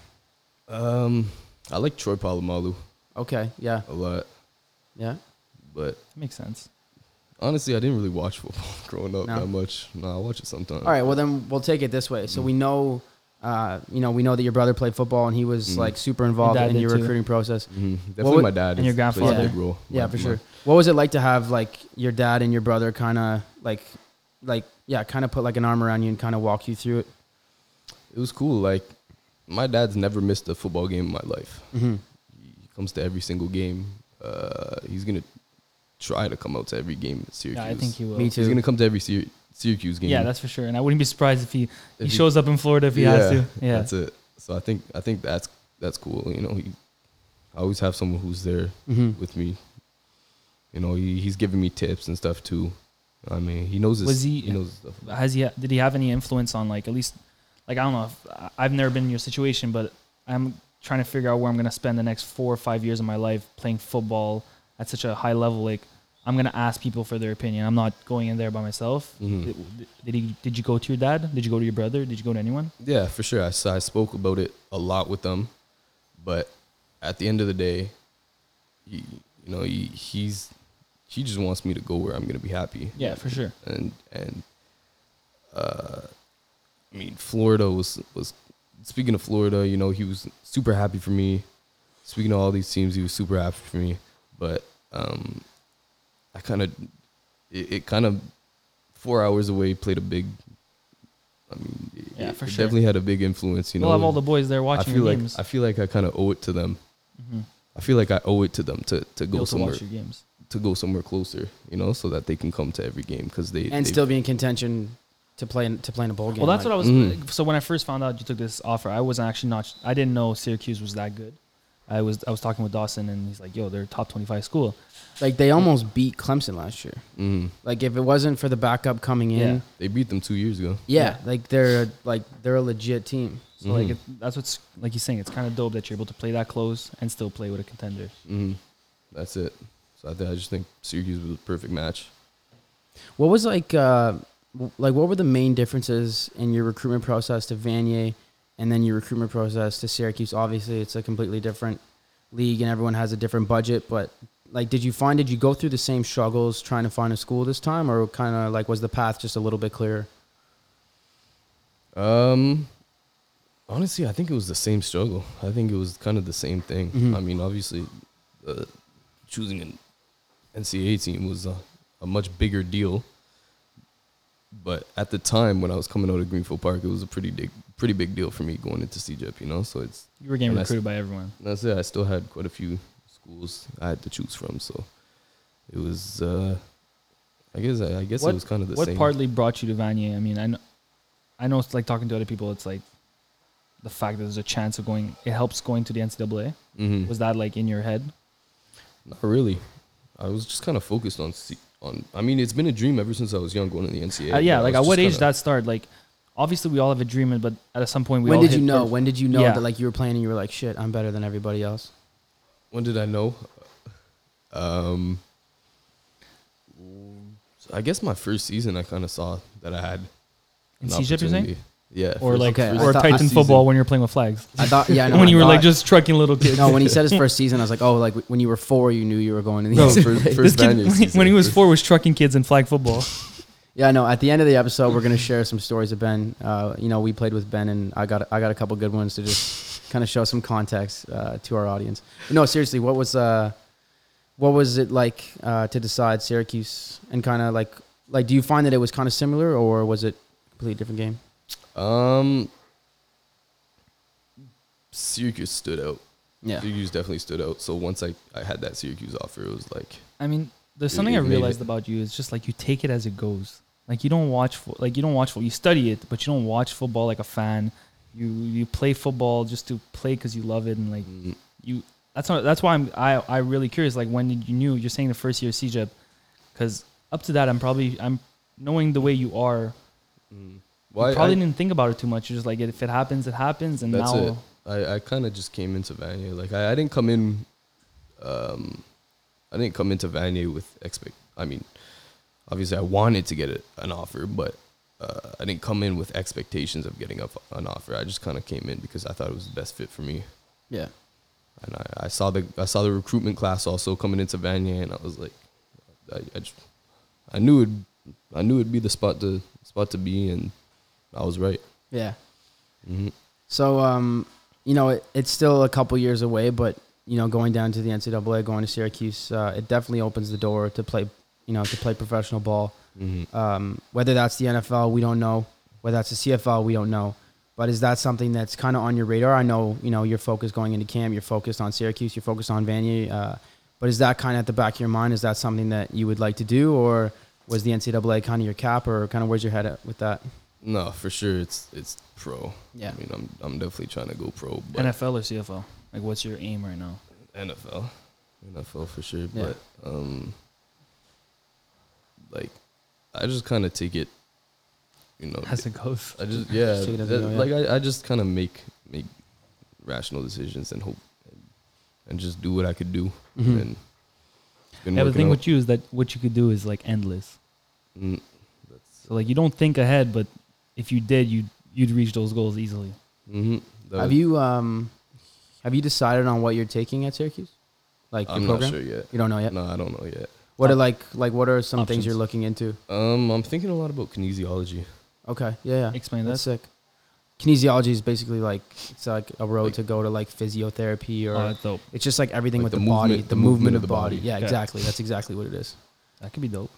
Speaker 2: Um, I like Troy Polamalu
Speaker 1: Okay, yeah,
Speaker 2: a lot,
Speaker 1: yeah.
Speaker 2: but
Speaker 3: That makes sense.
Speaker 2: Honestly, I didn't really watch football growing up
Speaker 1: No?
Speaker 2: that much. No, I watch it sometimes.
Speaker 1: All right. Well, then we'll take it this way. So we know, uh, you know, we know that your brother played football and he was
Speaker 2: Mhm.
Speaker 1: like super involved
Speaker 3: dad
Speaker 1: in
Speaker 3: did
Speaker 1: your
Speaker 3: too.
Speaker 1: recruiting process.
Speaker 2: Mhm. Definitely
Speaker 1: would-
Speaker 2: my dad.
Speaker 3: and your
Speaker 2: is- plays a
Speaker 3: grandfather.
Speaker 2: big role.
Speaker 1: Yeah,
Speaker 2: My-
Speaker 1: for
Speaker 2: my-
Speaker 1: sure. What was it like to have like your dad and your brother kind of like, like yeah, kind of put like an arm around you and kind of walk you through it?
Speaker 2: It was cool. Like, my dad's never missed a football game in my life.
Speaker 1: Mm-hmm.
Speaker 2: He comes to every single game. Uh, he's gonna try to come out to every game at Syracuse.
Speaker 3: Yeah, I think he will.
Speaker 1: Me too.
Speaker 2: He's gonna come to every Syr- Syracuse game.
Speaker 3: Yeah, that's for sure. And I wouldn't be surprised if he,
Speaker 2: If
Speaker 3: he shows up in Florida if he has to. Yeah.
Speaker 2: that's it. So I think I think that's that's cool. You know, he, I always have someone who's there
Speaker 1: hmm
Speaker 2: with me. You know, he, he's giving me tips and stuff too. I mean, he knows his,
Speaker 3: Was he-
Speaker 2: he, knows his stuff.
Speaker 3: Has he? Did he have any influence on like at least, like I don't know. If, I- I've never been in your situation, but I'm trying to figure out where I'm gonna spend the next four or five years of my life playing football at such a high level. Like I'm gonna ask people for their opinion. I'm not going in there by myself.
Speaker 2: Mhm.
Speaker 3: Did, did he? Did you go to your dad? Did you go to your brother? Did you go to anyone?
Speaker 2: Yeah, for sure. I, s- I spoke about it a lot with them, but at the end of the day, he, you know, he, he's he just wants me to go where I'm gonna be happy.
Speaker 3: Yeah, for sure.
Speaker 2: and and uh, I mean Florida was was speaking of Florida, you know, he was super happy for me. Speaking of all these teams, he was super happy for me. But um, I kind of it, it kind of four hours away played a big. I mean, it-
Speaker 3: Yeah,
Speaker 2: it,
Speaker 3: for
Speaker 2: it
Speaker 3: sure.
Speaker 2: Definitely had a big influence. You know,
Speaker 3: we'll have all the boys there
Speaker 2: I
Speaker 3: watching
Speaker 2: feel
Speaker 3: your
Speaker 2: like
Speaker 3: games.
Speaker 2: I feel like I kind of owe it to them.
Speaker 3: Mhm.
Speaker 2: I feel like I owe it to them to, to
Speaker 3: Be
Speaker 2: go
Speaker 3: able to
Speaker 2: somewhere
Speaker 3: watch your games.
Speaker 2: to go somewhere closer, you know, so that they can come to every game because they
Speaker 1: And
Speaker 2: they-
Speaker 1: still be in contention to play in, to play in a bowl game.
Speaker 3: Well, that's
Speaker 1: like-
Speaker 3: what I was.
Speaker 2: Mm.
Speaker 3: So when I first found out you took this offer, I wasn't actually not. I didn't know Syracuse was that good. I was I was talking with Dawson, and he's like, "Yo, they're a top twenty-five school."
Speaker 1: Like they almost beat Clemson last year.
Speaker 2: Mhm.
Speaker 1: Like if it wasn't for the backup coming in, yeah,
Speaker 3: Yeah.
Speaker 2: They beat them two years ago.
Speaker 3: Yeah.
Speaker 1: like they're like they're a legit team.
Speaker 3: So
Speaker 2: Mm-hmm.
Speaker 3: like it, that's what's like he's saying. It's kind of dope that you're able to play that close and still play with a contender.
Speaker 2: hmm That's it. So I, th- I just think Syracuse was a perfect match.
Speaker 1: What was like uh w- like what were the main differences in your recruitment process to Vanier and then your recruitment process to Syracuse? Obviously, it's a completely different league and everyone has a different budget, but like did you find did you go through the same struggles trying to find a school this time or kind of like was the path just a little bit clearer?
Speaker 2: Um, honestly, I think it was the same struggle. I think it was kind of the same thing.
Speaker 1: Mhm.
Speaker 2: I mean, obviously, uh, choosing an NCAA team was a, a much bigger deal. But at the time when I was coming out of Greenfield Park, it was a pretty big, pretty big deal for me going into CJEP. You know, so it's
Speaker 3: You were getting
Speaker 2: And that's-
Speaker 3: recruited by everyone.
Speaker 2: That's it. I still had quite a few schools I had to choose from, so it was. Uh, I guess I, I guess
Speaker 3: What-
Speaker 2: it was kind of the
Speaker 3: what
Speaker 2: same.
Speaker 3: partly brought you to Vanier? I mean, I know, I know it's like talking to other people. It's like the fact that there's a chance of going. It helps going to the NCAA.
Speaker 2: Mhm.
Speaker 3: Was that like in your head?
Speaker 2: Not really. I was just kind of focused on C- on. I mean, it's been a dream ever since I was young going to the NCAA.
Speaker 3: Uh, yeah,
Speaker 2: but I
Speaker 3: like
Speaker 2: was
Speaker 3: at
Speaker 2: just
Speaker 3: what age did
Speaker 2: kinda-
Speaker 3: that start? Like, obviously we all have a dream, but at some point we
Speaker 1: when
Speaker 3: all
Speaker 1: did
Speaker 3: hit
Speaker 1: you know?
Speaker 3: thir-
Speaker 1: When did you know
Speaker 3: Yeah.
Speaker 1: that like you were playing and you were like, shit, I'm better than everybody else?
Speaker 2: When did I know? Um, I guess my first season, I kind of saw that I had
Speaker 3: In
Speaker 2: an
Speaker 3: CJEP, you're saying?
Speaker 2: opportunity. Yeah,
Speaker 3: or
Speaker 2: first-
Speaker 3: like
Speaker 1: Okay, I
Speaker 3: or
Speaker 1: thought- I-
Speaker 3: Titan football
Speaker 2: season.
Speaker 3: when you're playing with flags.
Speaker 1: I thought yeah, I know,
Speaker 3: when
Speaker 1: I
Speaker 3: you were like
Speaker 1: thought-
Speaker 3: just trucking little kids.
Speaker 1: No, when he said his first season, I was like, oh, like when you were four, you knew you were going to the
Speaker 3: Bro,
Speaker 2: first,
Speaker 1: NCAA.
Speaker 2: first
Speaker 3: this kid,
Speaker 2: Vanier season.
Speaker 3: when he was
Speaker 2: First-
Speaker 3: four, was trucking kids in flag football.
Speaker 1: Yeah, no. At the end of the episode, we're gonna share some stories of Ben. Uh, you know, we played with Ben, and I got I got a couple good ones to just kind of show some context uh, to our audience. No, seriously, what was uh, what was it like uh, to decide Syracuse and kind of like like do you find that it was kind of similar or was it a completely different game?
Speaker 2: Um, Syracuse stood out.
Speaker 1: Yeah,
Speaker 2: Syracuse definitely stood out. So once I, I had that Syracuse offer, it was like,
Speaker 3: I mean, there's
Speaker 2: It-
Speaker 3: something
Speaker 2: it
Speaker 3: I
Speaker 2: made
Speaker 3: realized
Speaker 2: it-
Speaker 3: about you. It's just like you take it as it goes. Like you don't watch fo- like you don't watch football. You study it, but you don't watch football like a fan. You you play football just to play because you love it and like
Speaker 2: mm,
Speaker 3: you that's not that's why I'm I I really curious like when did you knew you're saying the first year of CJEP because up to that I'm probably I'm knowing the way you are
Speaker 2: mm.
Speaker 3: you
Speaker 2: Why
Speaker 3: probably
Speaker 2: I,
Speaker 3: didn't think about it too much you're just like if it happens it happens and
Speaker 2: That's
Speaker 3: now
Speaker 2: it. I, I kind of just came into Vanier. Like I, I didn't come in, um, I didn't come into Vanier with expect. I mean, obviously I wanted to get a, an offer, but uh, I didn't come in with expectations of getting up an offer. I just kind of came in because I thought it was the best fit for me.
Speaker 1: yeah.
Speaker 2: and I, I saw the I saw the recruitment class also coming into Vanier, and I was like, I, I just I knew it. I knew it'd be the spot to spot to be, and I was right.
Speaker 1: Yeah.
Speaker 2: hmm
Speaker 1: So, um, you know, it, it's still a couple years away, but you know, going down to the NCAA, going to Syracuse, uh, it definitely opens the door to play, you know, to play professional ball.
Speaker 2: hmm
Speaker 1: Um, whether that's the NFL, we don't know. Whether that's the CFL, we don't know. But is that something that's kind of on your radar? I know, you know, you're focused going into camp, you're focused on Syracuse, you're focused on Vanier. Uh, but is that kind of at the back of your mind? Is that something that you would like to do, or was the NCAA kind of your cap, or kind of where's your head at with that?
Speaker 2: No, for sure, it's it's pro.
Speaker 1: Yeah.
Speaker 2: I mean, I'm I'm definitely trying to go pro, but
Speaker 3: NFL or CFL? Like, what's your aim right now?
Speaker 2: NFL, NFL for sure.
Speaker 1: Yeah.
Speaker 2: But um, like, I just kind of take it, you know.
Speaker 3: As it goes.
Speaker 2: I just yeah,
Speaker 1: Just take it as it
Speaker 2: that-
Speaker 1: go, yeah.
Speaker 2: like I, I just kind of make make rational decisions and hope, and just do what I could do.
Speaker 1: Mhm.
Speaker 2: And it's been
Speaker 3: Yeah, but the
Speaker 2: working
Speaker 3: thing
Speaker 2: out.
Speaker 3: with you is that what you could do is like endless.
Speaker 2: Mm,
Speaker 3: So like, you don't think ahead, but if you did, you you'd reach those goals easily.
Speaker 2: mhm. That
Speaker 1: Have
Speaker 2: was-
Speaker 1: you um, have you decided on what you're taking at Syracuse? Like your
Speaker 2: I'm not
Speaker 1: program?
Speaker 2: sure yet.
Speaker 1: You don't know yet.
Speaker 2: No, I don't know yet.
Speaker 1: What are like like what are some things
Speaker 3: Options.
Speaker 1: you're looking into?
Speaker 2: Um, I'm thinking a lot about kinesiology.
Speaker 1: Okay, yeah, yeah.
Speaker 3: Explain
Speaker 1: That's
Speaker 3: that.
Speaker 1: sick. Kinesiology is basically like it's like a road
Speaker 2: Like- Uh,
Speaker 1: to go to like physiotherapy or
Speaker 3: Oh, that's dope.
Speaker 1: it's just like everything
Speaker 2: Like
Speaker 1: with
Speaker 2: the
Speaker 1: the, body,
Speaker 2: movement-
Speaker 1: the movement of the body. Yeah,
Speaker 3: Okay.
Speaker 1: exactly. That's exactly what it is.
Speaker 3: That could be dope.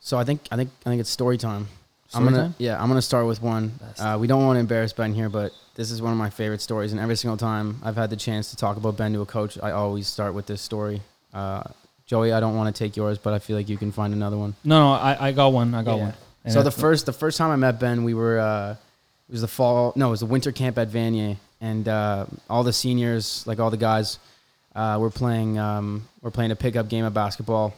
Speaker 1: So I think I think I think it's story time.
Speaker 3: Story
Speaker 1: I'm gonna
Speaker 3: time?
Speaker 1: yeah, I'm gonna start with one.
Speaker 3: Best.
Speaker 1: Uh, we don't want to embarrass Ben here, but this is one of my favorite stories. And every single time I've had the chance to talk about Ben to a coach, I always start with this story. Uh, Joey, I don't want to take yours, but I feel like you can find another one.
Speaker 3: No, no, I, I got one. I got
Speaker 1: Yeah.
Speaker 3: one. And
Speaker 1: So the
Speaker 3: that's-
Speaker 1: first the first time I met Ben, we were uh, it was the fall no it was the winter camp at Vanier, and uh, all the seniors like all the guys uh, were playing um, were playing a pickup game of basketball,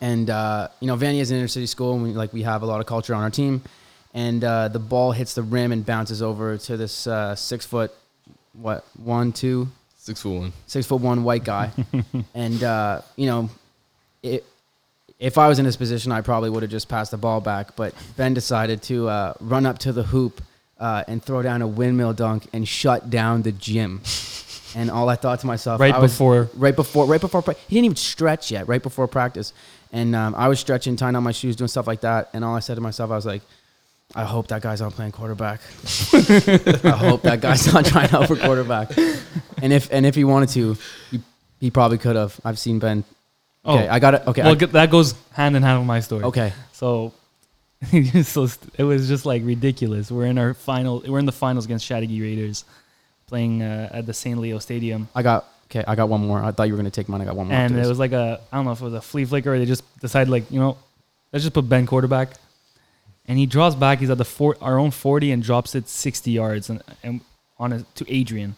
Speaker 1: and uh, you know Vanier is an inner city school and we, like we have a lot of culture on our team, and uh, the ball hits the rim and bounces over to this uh, six foot what one two
Speaker 2: Six foot one.
Speaker 1: six foot one white guy, and uh, you know, it, if I was in his position, I probably would have just passed the ball back. But Ben decided to uh, run up to the hoop uh, and throw down a windmill dunk and shut down the gym. and all I thought to myself,
Speaker 3: right
Speaker 1: I was-
Speaker 3: before
Speaker 1: right before right before pra- he didn't even stretch yet right before practice and um, i was stretching tying on my shoes doing stuff like that and all i said to myself i was like i hope that guy's not playing quarterback i hope that guy's not trying out for quarterback and if and if he wanted to he, he probably could have i've seen ben
Speaker 3: Oh.
Speaker 1: okay i got it okay I-
Speaker 3: well, g- that goes hand in hand with my story.
Speaker 1: okay
Speaker 3: So, so st- it was just like ridiculous. We're in our final. We're in the finals against Chattagee Raiders, playing uh, at the St. Leo Stadium,
Speaker 1: i got okay i got one more i thought you were going to take mine i got one more
Speaker 3: and
Speaker 1: after
Speaker 3: it
Speaker 1: this.
Speaker 3: was like a I don't know if it was a flea flicker. Or they just decided like you know, let's just put Ben quarterback, and he draws back. He's at the four, our own forty and drops it sixty yards and, and on a, to Adrian,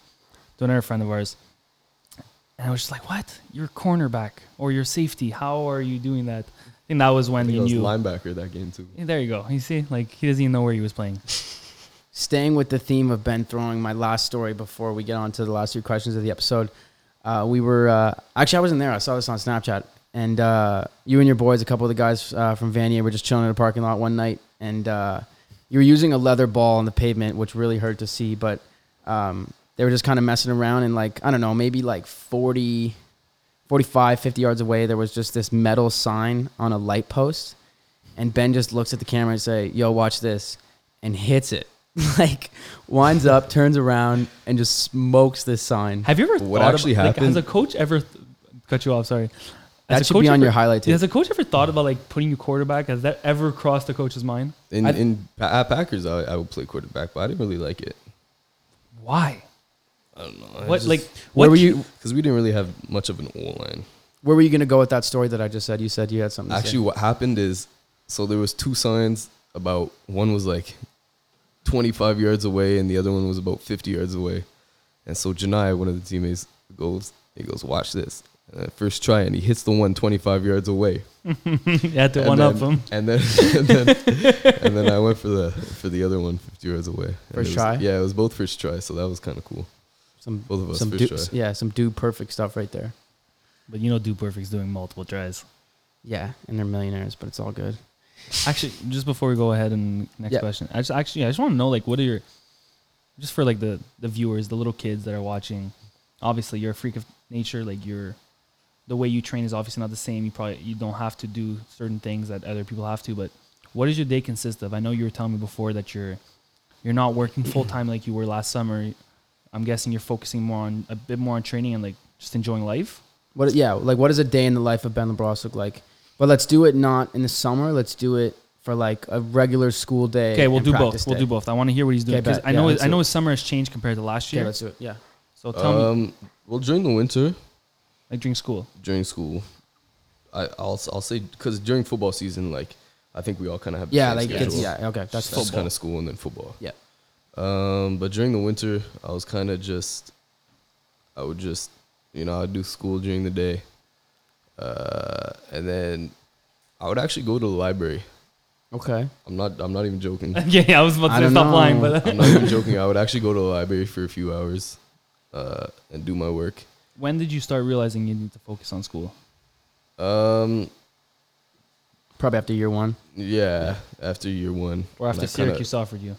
Speaker 3: to another friend of ours. And I was just like, "What? You're cornerback or your safety? How are you doing that?" And that was
Speaker 2: I
Speaker 3: when
Speaker 2: think
Speaker 3: you
Speaker 2: I was
Speaker 3: knew.
Speaker 2: linebacker that game too.
Speaker 3: Yeah, There you go. You see, like he doesn't even know where he was playing.
Speaker 1: staying with the theme of Ben throwing, my last story before we get on to the last two questions of the episode, uh, we were uh, actually I wasn't there. I saw this on Snapchat, and uh, you and your boys, a couple of the guys uh, from Vanier, were just chilling in a parking lot one night, and uh, you were using a leather ball on the pavement, which really hurt to see, but um, they were just kind of messing around, and like I don't know, maybe like 40, 45, 50 yards away, there was just this metal sign on a light post. And Ben just looks at the camera and say, "Yo, watch this," and hits it. like winds up, turns around, and just smokes this sign.
Speaker 3: Have you ever
Speaker 2: What
Speaker 3: thought
Speaker 2: actually
Speaker 3: about, like,
Speaker 2: happened-
Speaker 3: has a coach ever th- cut you off? Sorry,
Speaker 1: That
Speaker 3: Has a
Speaker 1: should
Speaker 3: coach
Speaker 1: be on
Speaker 3: ever-
Speaker 1: your highlight tape.
Speaker 3: Has a coach ever thought about like putting you quarterback? Has that ever crossed a coach's mind?
Speaker 2: In
Speaker 1: I-
Speaker 2: in Pa- at Packers, I, I would play quarterback, but I didn't really like it.
Speaker 3: Why?
Speaker 2: I don't know.
Speaker 3: What like
Speaker 1: Where
Speaker 3: what
Speaker 1: were you?
Speaker 2: Because we didn't really have much of an O line.
Speaker 1: Where were you gonna go with that story that I just said? You said you had something. to say.
Speaker 2: Actually, what happened is, so there was two signs about one was like 25 yards away, and the other one was about 50 yards away. And so Janai, one of the teammates, goes, he goes, watch this. And at first try, and he hits the one 25 yards away.
Speaker 3: you had to
Speaker 2: and
Speaker 3: one
Speaker 2: then,
Speaker 3: up him?
Speaker 2: And then, and then, and then I went for the for the other one 50 yards away. And
Speaker 1: First
Speaker 2: it was-
Speaker 1: try?
Speaker 2: Yeah, it was both first try, so that was kind of cool.
Speaker 1: some
Speaker 2: Both of us
Speaker 1: some
Speaker 2: first
Speaker 1: du-
Speaker 2: try.
Speaker 1: yeah, some dude perfect stuff right there.
Speaker 3: But you know, Do Perfect's doing multiple tries.
Speaker 1: Yeah, and they're millionaires, but it's all good.
Speaker 3: Actually, just before we go ahead and next
Speaker 1: Yeah.
Speaker 3: question, I just actually I just want to know like what are your just for like the the viewers, the little kids that are watching. Obviously, you're a freak of nature. Like you're the way you train is obviously not the same. You probably you don't have to do certain things that other people have to. But what does your day consist of? I know you were telling me before that you're you're not working full time like you were last summer. I'm guessing you're focusing more on a bit more on training and like just enjoying life.
Speaker 1: What? Yeah, like what does a day in the life of Ben LeBros look like? But let's do it not in the summer. Let's do it for like a regular school day.
Speaker 3: Okay, we'll
Speaker 1: and
Speaker 3: do both.
Speaker 1: practice
Speaker 3: We'll
Speaker 1: day.
Speaker 3: do both. I want to hear what he's doing
Speaker 1: Okay,
Speaker 3: because
Speaker 1: bet.
Speaker 3: I
Speaker 1: Yeah,
Speaker 3: know
Speaker 1: let's
Speaker 3: I
Speaker 1: do
Speaker 3: know
Speaker 1: it.
Speaker 3: his summer has changed compared to last
Speaker 1: Okay,
Speaker 3: year.
Speaker 1: let's do it. Yeah.
Speaker 3: So tell me,
Speaker 2: Um, well, during the winter,
Speaker 3: like during school.
Speaker 2: during school, I, I'll I'll say because during football season, like I think we all kind of have the
Speaker 1: Yeah,
Speaker 2: same
Speaker 1: like
Speaker 2: schedule.
Speaker 1: it's, yeah. Okay, that's
Speaker 2: that's
Speaker 1: football.
Speaker 2: just kind of school and then football.
Speaker 1: Yeah.
Speaker 2: Um, but during the winter, I was kind of just, I would just, you know, I'd do school during the day, uh, and then I would actually go to the library.
Speaker 1: Okay.
Speaker 2: I'm not. I'm not even joking.
Speaker 3: yeah, yeah, I was about
Speaker 1: I
Speaker 3: to say
Speaker 1: don't
Speaker 3: stop lying,
Speaker 1: know.
Speaker 3: but
Speaker 2: I'm not even joking. I would actually go to the library for a few hours, uh, and do my work.
Speaker 3: when did you start realizing you need to focus on school?
Speaker 2: Um,
Speaker 1: Probably after year one.
Speaker 2: yeah, after year one
Speaker 3: Or after
Speaker 2: And I kinda-
Speaker 3: Syracuse offered you?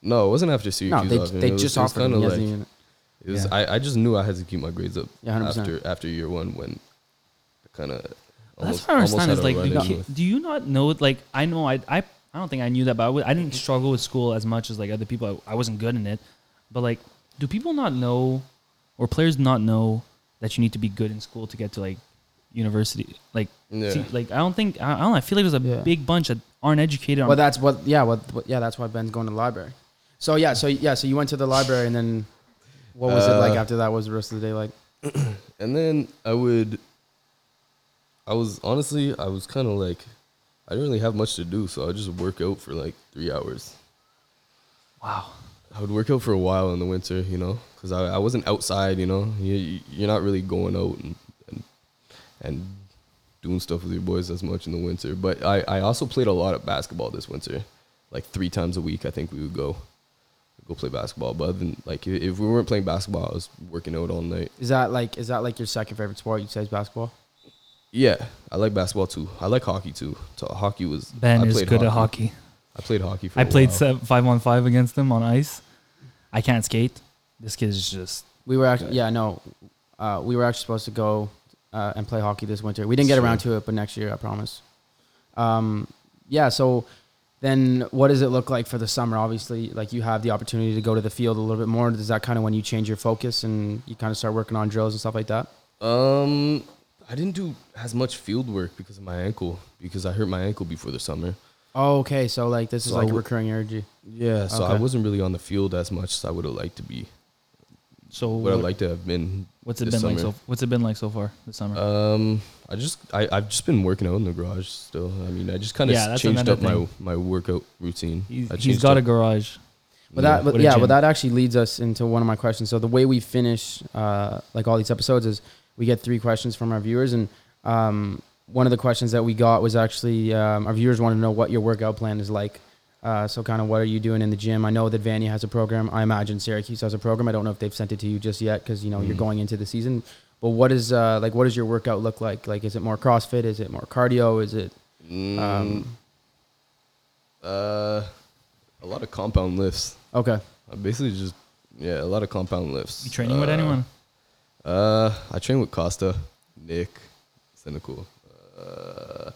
Speaker 2: No, it wasn't after Syracuse.
Speaker 1: No, they,
Speaker 2: often.
Speaker 1: they
Speaker 2: It was-
Speaker 1: just
Speaker 2: it was
Speaker 1: offered him.
Speaker 2: kinda
Speaker 1: He
Speaker 2: like-
Speaker 1: hasn't even-
Speaker 2: It was,
Speaker 1: Yeah.
Speaker 2: I, I just knew I had to keep my grades up
Speaker 1: Yeah, 100%.
Speaker 2: after after year one when kind of.
Speaker 3: That's what I don't understand. Is like, the ki-
Speaker 2: with.
Speaker 3: do you not know? Like, I know, I, I, I don't think I knew that, but I w- I didn't struggle with school as much as like other people. I, I wasn't good in it, but like, do people not know, or players not know that you need to be good in school to get to like university? Like,
Speaker 2: Yeah.
Speaker 3: see, like I don't think I, I don't. Know, I feel like there's a
Speaker 1: Yeah.
Speaker 3: big bunch that aren't educated on.
Speaker 1: Well, that's what. Yeah. What, what? Yeah. That's why Ben's going to the library. So yeah. So yeah. So you went to the library, and then what was it like
Speaker 2: Uh,
Speaker 1: after that? What was the rest of the day like?
Speaker 2: And then I would. I was honestly, I was kind of like, I didn't really have much to do, so I would just work out for like three hours.
Speaker 3: wow.
Speaker 2: I would work out for a while in the winter, you know, because I, I wasn't outside, you know. You, you- you're not really going out and, and and doing stuff with your boys as much in the winter. But I, I also played a lot of basketball this winter, like three times a week. I think we would go go play basketball. But other than, like i- if we weren't playing basketball, I was working out all night.
Speaker 1: Is that like? Is that like your second favorite sport? You say is basketball.
Speaker 2: Yeah, I like basketball too. I like hockey too. So hockey was
Speaker 3: Ben
Speaker 2: I
Speaker 3: is
Speaker 2: played
Speaker 3: good at hockey.
Speaker 2: I played hockey. For
Speaker 3: I
Speaker 2: a
Speaker 3: played
Speaker 2: while.
Speaker 3: seven, five on five against him on ice. I can't skate. This kid is just
Speaker 1: We were actually. Yeah. No. Uh, we were actually supposed to go uh, and play hockey this winter. We didn't get
Speaker 2: Sure.
Speaker 1: around to it, but next year I promise. Um, yeah. So then, what does it look like for the summer? Obviously, like you have the opportunity to go to the field a little bit more. Is that kind of when you change your focus and you kind of start working on drills and stuff like that?
Speaker 2: Um, I didn't do as much field work because of my ankle because I hurt my ankle before the summer.
Speaker 1: Oh, okay. So like this is
Speaker 2: So I
Speaker 1: like a
Speaker 2: would-
Speaker 1: recurring energy.
Speaker 2: Yeah, so I
Speaker 1: Okay.
Speaker 2: wasn't really on the field as much as I would have liked to be.
Speaker 3: so.
Speaker 2: Would
Speaker 3: What,
Speaker 2: I like to have been?
Speaker 3: what's it been
Speaker 2: this
Speaker 3: like?
Speaker 2: summer.
Speaker 3: So what's it been like so far this summer?
Speaker 2: Um, I just I I've just been working out in the garage still. I mean, I just kind of
Speaker 3: Yeah, that's
Speaker 2: changed
Speaker 3: another
Speaker 2: up my my workout routine.
Speaker 3: He's-
Speaker 2: I
Speaker 3: he's
Speaker 2: changed
Speaker 3: got a
Speaker 2: up-
Speaker 3: garage.
Speaker 1: But that,
Speaker 2: Yeah.
Speaker 1: but
Speaker 3: What a
Speaker 1: yeah,
Speaker 3: gem.
Speaker 1: but that actually leads us into one of my questions. So the way we finish, uh, like all these episodes, is we get three questions from our viewers, and um, one of the questions that we got was actually um, our viewers want to know what your workout plan is like. Uh, so kind of what are you doing in the gym? I know that Vanya has a program. I imagine Syracuse has a program. I don't know if they've sent it to you just yet because you know
Speaker 3: Mm.
Speaker 1: you're
Speaker 2: Mhm.
Speaker 1: going into the season. But what is uh, like? What does your workout look like? Like, is it more CrossFit? Is it more cardio? Is it
Speaker 2: Mm,
Speaker 1: um,
Speaker 2: uh, a lot of compound lifts.
Speaker 1: okay?
Speaker 2: I basically just yeah, a lot of compound lifts.
Speaker 3: You training with
Speaker 2: Uh,
Speaker 3: anyone?
Speaker 2: Uh, I train with Costa, Nick, Cynical. Uh,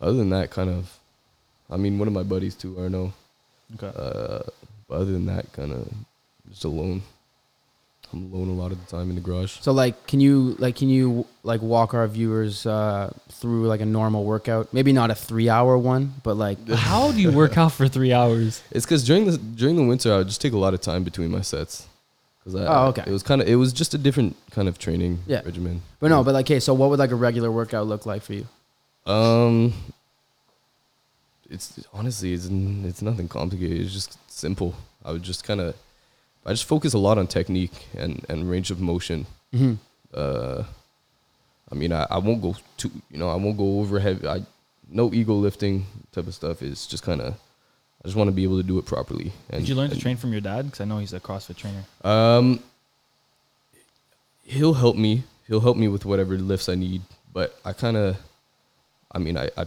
Speaker 2: other than that, kind of, I mean, one of my buddies too, Arno.
Speaker 3: Okay.
Speaker 2: Uh, but other than that, kind of just alone. I'm alone a lot of the time in the garage.
Speaker 1: So like, can you like can you like walk our viewers uh, through like a normal workout? Maybe not a three hour one, but like
Speaker 3: How do you work out for three hours?
Speaker 2: It's because during the during the winter, I would just take a lot of time between my sets. 'Cause I,
Speaker 1: Oh, okay.
Speaker 2: It was kind of it was just a different kind of training
Speaker 1: Yeah.
Speaker 2: regimen.
Speaker 1: but no, but like okay, so what would like a regular workout look like for you?
Speaker 2: Um, it's honestly it's n- it's nothing complicated. It's just simple. I would just kind of, I just focus a lot on technique and and range of motion.
Speaker 1: Mm-hmm.
Speaker 2: Uh, I mean, I, I won't go too, you know, I won't go over heavy. I no ego lifting type of stuff. It's just kind of, I just want to be able to do it properly. And
Speaker 3: Did you learn to
Speaker 2: and-
Speaker 3: train from your dad? Because I know he's a CrossFit trainer.
Speaker 2: Um, he'll help me. He'll help me with whatever lifts I need. But I kind of, I mean, I, I,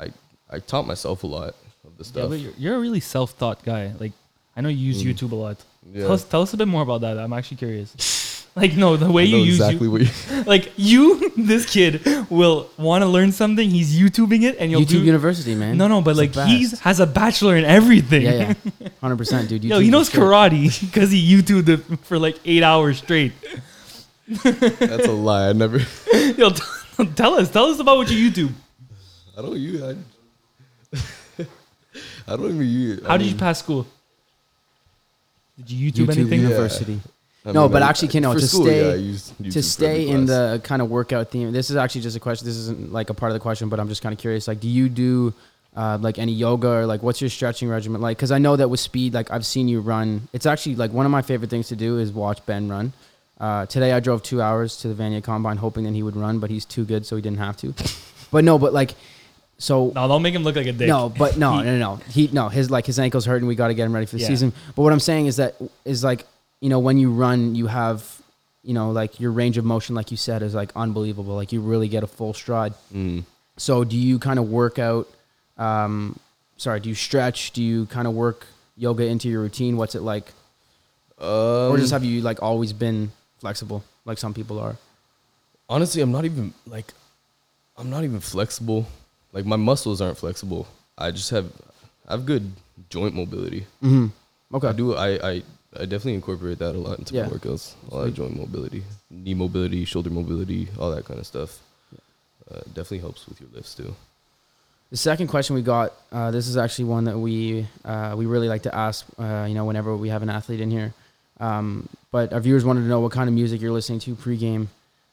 Speaker 2: I, I taught myself a lot of the
Speaker 3: Yeah,
Speaker 2: stuff.
Speaker 3: but you're, you're a really self-taught guy. Like I know you use
Speaker 2: Mm.
Speaker 3: YouTube a lot.
Speaker 2: Yeah.
Speaker 3: Tell us, tell us a bit more about that. I'm actually curious. Like no, the way
Speaker 2: I
Speaker 3: you
Speaker 2: know
Speaker 3: use you-
Speaker 2: exactly what you.
Speaker 3: like you, this kid will want to learn something. He's YouTubing it, and you'll
Speaker 1: YouTube
Speaker 3: do.
Speaker 1: University, man.
Speaker 3: No, no, but
Speaker 1: It's
Speaker 3: like
Speaker 1: the
Speaker 3: he
Speaker 1: best.
Speaker 3: has a bachelor in everything.
Speaker 1: yeah, yeah, hundred percent, dude.
Speaker 3: Yo,
Speaker 1: YouTube's
Speaker 3: he knows
Speaker 1: the shit.
Speaker 3: karate because he YouTubed it for like eight hours straight.
Speaker 2: That's a lie. I never.
Speaker 3: Yo, t- tell us, tell us about what you YouTube.
Speaker 2: I don't use. I, I don't even use.
Speaker 3: How did you pass school? Did you YouTube,
Speaker 1: YouTube
Speaker 3: anything?
Speaker 2: yeah.
Speaker 1: University. No, but actually, Kano, to stay- to stay in the kind of workout theme this is actually just a question this isn't like a part of the question but i'm just kind of curious like do you do uh, like any yoga or like what's your stretching regimen like because i know that with speed like i've seen you run it's actually like one of my favorite things to do is watch ben run uh, today i drove two hours to the vanya combine hoping that he would run but he's too good so he didn't have to but no but like so
Speaker 3: No, don't make him look like a dick.
Speaker 1: no, but no,
Speaker 3: He-
Speaker 1: no, no. He no, his like his ankle's hurting. We got to get him ready for the
Speaker 3: Yeah.
Speaker 1: season. But what I'm saying is that is like you know when you run, you have you know like your range of motion, like you said, is like unbelievable. Like you really get a full stride. So do you kind of work out? Um, sorry, do you stretch? Do you kind of work yoga into your routine? What's it like?
Speaker 2: Um,
Speaker 1: or just have you like always been flexible, like some people are?
Speaker 2: honestly, I'm not even like, I'm not even flexible. Like my muscles aren't flexible. I just have, I have good joint mobility.
Speaker 1: Okay.
Speaker 2: I do. I, I I definitely incorporate that a lot into
Speaker 1: Yeah.
Speaker 2: my workouts. A lot of joint mobility, knee mobility, shoulder mobility, all that kind of stuff. Uh, definitely helps with your lifts too.
Speaker 1: The second question we got, uh, this is actually one that we uh, we really like to ask, uh, you know, whenever we have an athlete in here. Um, but our viewers wanted to know what kind of music you're listening to pregame,